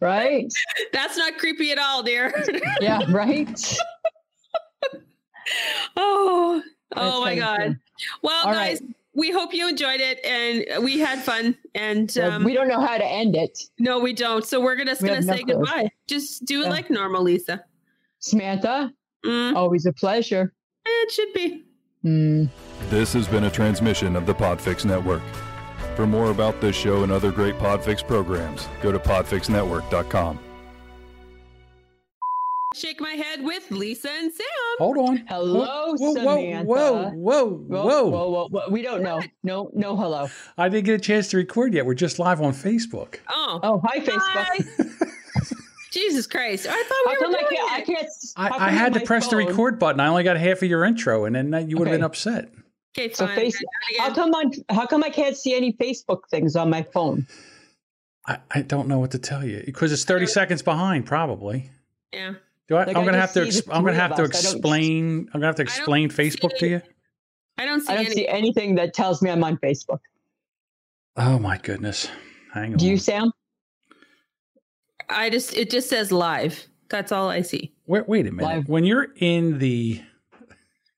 [SPEAKER 2] right?
[SPEAKER 1] That's not creepy at all, dear.
[SPEAKER 2] Yeah, right.
[SPEAKER 1] Oh,
[SPEAKER 2] That's
[SPEAKER 1] oh my
[SPEAKER 2] kinda
[SPEAKER 1] God.
[SPEAKER 2] cool.
[SPEAKER 1] Well,
[SPEAKER 2] All
[SPEAKER 1] guys,
[SPEAKER 2] right.
[SPEAKER 1] we hope you enjoyed it and we had fun. And
[SPEAKER 2] Well,
[SPEAKER 1] um,
[SPEAKER 2] we don't know how to end it.
[SPEAKER 1] no, we don't. So we're gonna- just
[SPEAKER 2] we
[SPEAKER 1] going to
[SPEAKER 2] have no
[SPEAKER 1] say
[SPEAKER 2] clue.
[SPEAKER 1] goodbye. Just do it
[SPEAKER 2] Yeah.
[SPEAKER 1] like normal, Lisa.
[SPEAKER 2] Samantha,
[SPEAKER 1] Mm,
[SPEAKER 2] always a pleasure.
[SPEAKER 1] it should be.
[SPEAKER 2] Mm.
[SPEAKER 4] This has been a transmission of the Podfix Network. For more about this show and other great Podfix programs, go to podfixnetwork.com.
[SPEAKER 1] Shake my head with Lisa and Sam.
[SPEAKER 2] Oh,
[SPEAKER 3] Hold on.
[SPEAKER 2] Hello,
[SPEAKER 3] whoa, whoa,
[SPEAKER 2] Samantha.
[SPEAKER 3] whoa, whoa,
[SPEAKER 2] Whoa,
[SPEAKER 3] whoa,
[SPEAKER 2] whoa, whoa, whoa. We don't know. No, no, hello.
[SPEAKER 3] I didn't get a chance to record yet. We're just live on Facebook.
[SPEAKER 1] Oh,
[SPEAKER 2] Oh, hi, Facebook.
[SPEAKER 1] hi. Jesus Christ. I
[SPEAKER 2] How
[SPEAKER 1] thought we
[SPEAKER 2] come
[SPEAKER 1] were
[SPEAKER 2] I
[SPEAKER 1] doing
[SPEAKER 2] can't? I
[SPEAKER 1] it.
[SPEAKER 2] can't. how come
[SPEAKER 3] I, I had to
[SPEAKER 2] my
[SPEAKER 3] press
[SPEAKER 2] phone-
[SPEAKER 3] the record button. I only got half of your intro, and then that- you would have
[SPEAKER 2] Okay.
[SPEAKER 3] been upset.
[SPEAKER 1] Okay, fine.
[SPEAKER 2] So
[SPEAKER 1] I'm
[SPEAKER 2] face-
[SPEAKER 1] gonna
[SPEAKER 2] How
[SPEAKER 1] do it again.
[SPEAKER 2] come on? How come I can't see any Facebook things on my phone?
[SPEAKER 3] I, I don't know what to tell you because it's thirty seconds behind, probably.
[SPEAKER 1] Yeah.
[SPEAKER 3] Do I,
[SPEAKER 2] Like,
[SPEAKER 3] I'm
[SPEAKER 2] I
[SPEAKER 3] gonna
[SPEAKER 2] just
[SPEAKER 3] have to.
[SPEAKER 2] see the
[SPEAKER 3] Ex- I'm gonna
[SPEAKER 2] three
[SPEAKER 3] have
[SPEAKER 2] of
[SPEAKER 3] to
[SPEAKER 2] us. I don't-
[SPEAKER 3] explain. I'm gonna have to
[SPEAKER 1] don't
[SPEAKER 3] explain Facebook to
[SPEAKER 1] see-
[SPEAKER 3] you.
[SPEAKER 1] I don't see
[SPEAKER 2] I don't
[SPEAKER 1] any.
[SPEAKER 2] see anything that tells me I'm on Facebook.
[SPEAKER 3] Oh my goodness! Hang on.
[SPEAKER 2] Do you, Sam?
[SPEAKER 1] I just it just says live. That's all I see.
[SPEAKER 3] Wait, wait a minute.
[SPEAKER 2] Live.
[SPEAKER 3] When you're in the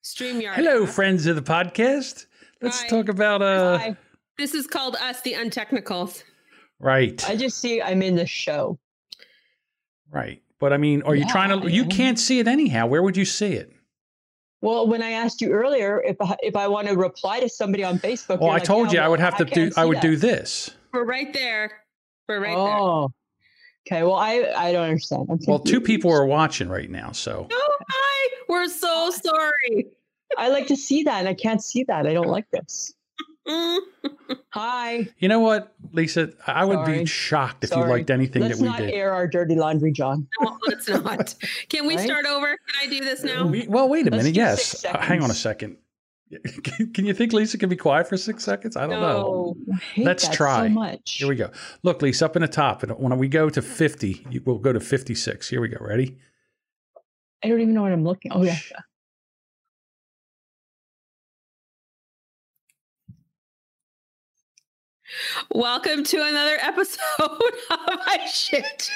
[SPEAKER 1] StreamYard.
[SPEAKER 3] hello, friends of the podcast, let's
[SPEAKER 1] Hi.
[SPEAKER 3] talk about uh
[SPEAKER 2] I,
[SPEAKER 1] This is called us the untechnicals.
[SPEAKER 3] right,
[SPEAKER 2] I just see I'm in the show.
[SPEAKER 3] right. But I mean, are you
[SPEAKER 2] Yeah,
[SPEAKER 3] trying
[SPEAKER 2] I
[SPEAKER 3] to? You
[SPEAKER 2] am.
[SPEAKER 3] can't see it anyhow. Where would you see it?
[SPEAKER 2] Well, when I asked you earlier if I, if I want to reply to somebody on Facebook,
[SPEAKER 3] Well,
[SPEAKER 2] you're
[SPEAKER 3] Oh, I
[SPEAKER 2] like,
[SPEAKER 3] told
[SPEAKER 2] "Yeah,
[SPEAKER 3] you I
[SPEAKER 2] well,
[SPEAKER 3] would have to do.
[SPEAKER 2] can't
[SPEAKER 3] I
[SPEAKER 2] see
[SPEAKER 3] would
[SPEAKER 2] that."
[SPEAKER 3] do this.
[SPEAKER 1] We're right there. We're right there.
[SPEAKER 2] oh. Okay. Well, I I don't understand. I'm
[SPEAKER 3] Well, two
[SPEAKER 2] confused.
[SPEAKER 3] people are watching right now, so
[SPEAKER 1] Oh hi. We're so sorry.
[SPEAKER 2] I like to see that, and I can't see that. I don't like this.
[SPEAKER 1] Mm.
[SPEAKER 2] Hi.
[SPEAKER 3] you know what, Lisa, I I would
[SPEAKER 2] Sorry.
[SPEAKER 3] be shocked if you
[SPEAKER 2] Sorry.
[SPEAKER 3] liked anything
[SPEAKER 2] Let's
[SPEAKER 3] that we
[SPEAKER 2] not
[SPEAKER 3] did.
[SPEAKER 2] air our dirty laundry, John.
[SPEAKER 1] No, let's not. Can we
[SPEAKER 2] Right?
[SPEAKER 1] start over? Can I do this now?
[SPEAKER 3] We- well, wait a
[SPEAKER 2] Let's
[SPEAKER 3] minute.
[SPEAKER 2] do
[SPEAKER 3] Yes,
[SPEAKER 2] six
[SPEAKER 3] Uh, hang on a second. Can, can you think Lisa can be quiet for six seconds? I don't know.
[SPEAKER 2] I hate
[SPEAKER 3] Let's
[SPEAKER 2] that
[SPEAKER 3] try.
[SPEAKER 2] so much.
[SPEAKER 3] Here we go. Look, Lisa, up in the top, and when we go to fifty, you- we'll go to fifty-six. Here we go. Ready?
[SPEAKER 2] I don't even know what I'm looking. Oh yeah.
[SPEAKER 1] Welcome to another episode of I Shit.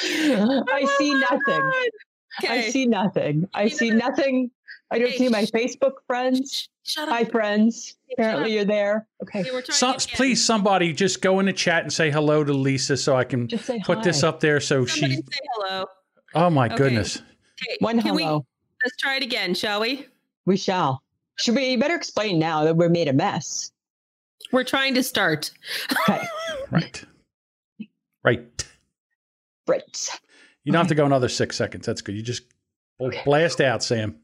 [SPEAKER 2] I see nothing.
[SPEAKER 1] Okay.
[SPEAKER 2] I see nothing. I see nothing. I don't
[SPEAKER 1] Hey,
[SPEAKER 2] see my
[SPEAKER 1] sh-
[SPEAKER 2] Facebook friends.
[SPEAKER 1] Shut
[SPEAKER 2] Hi,
[SPEAKER 1] up.
[SPEAKER 2] friends. Apparently, you're there. Okay.
[SPEAKER 1] They were trying
[SPEAKER 3] So,
[SPEAKER 1] to get-
[SPEAKER 3] please, somebody, just go in the chat and say hello to Lisa, so I can
[SPEAKER 2] Just say
[SPEAKER 3] put
[SPEAKER 2] hi.
[SPEAKER 3] this up there. So
[SPEAKER 1] Somebody
[SPEAKER 3] she.
[SPEAKER 1] say hello.
[SPEAKER 3] Oh my
[SPEAKER 1] Okay.
[SPEAKER 3] goodness.
[SPEAKER 1] Okay.
[SPEAKER 2] One
[SPEAKER 1] Can
[SPEAKER 2] hello.
[SPEAKER 1] we let's try it again, shall we?
[SPEAKER 2] We, shall. Should we you better explain now that we're made a mess?
[SPEAKER 1] We're trying to start.
[SPEAKER 2] Okay.
[SPEAKER 3] Right. Right.
[SPEAKER 2] Brits.
[SPEAKER 3] You don't have to go another six seconds. That's good. You just bl-
[SPEAKER 2] Okay.
[SPEAKER 3] blast out, Sam.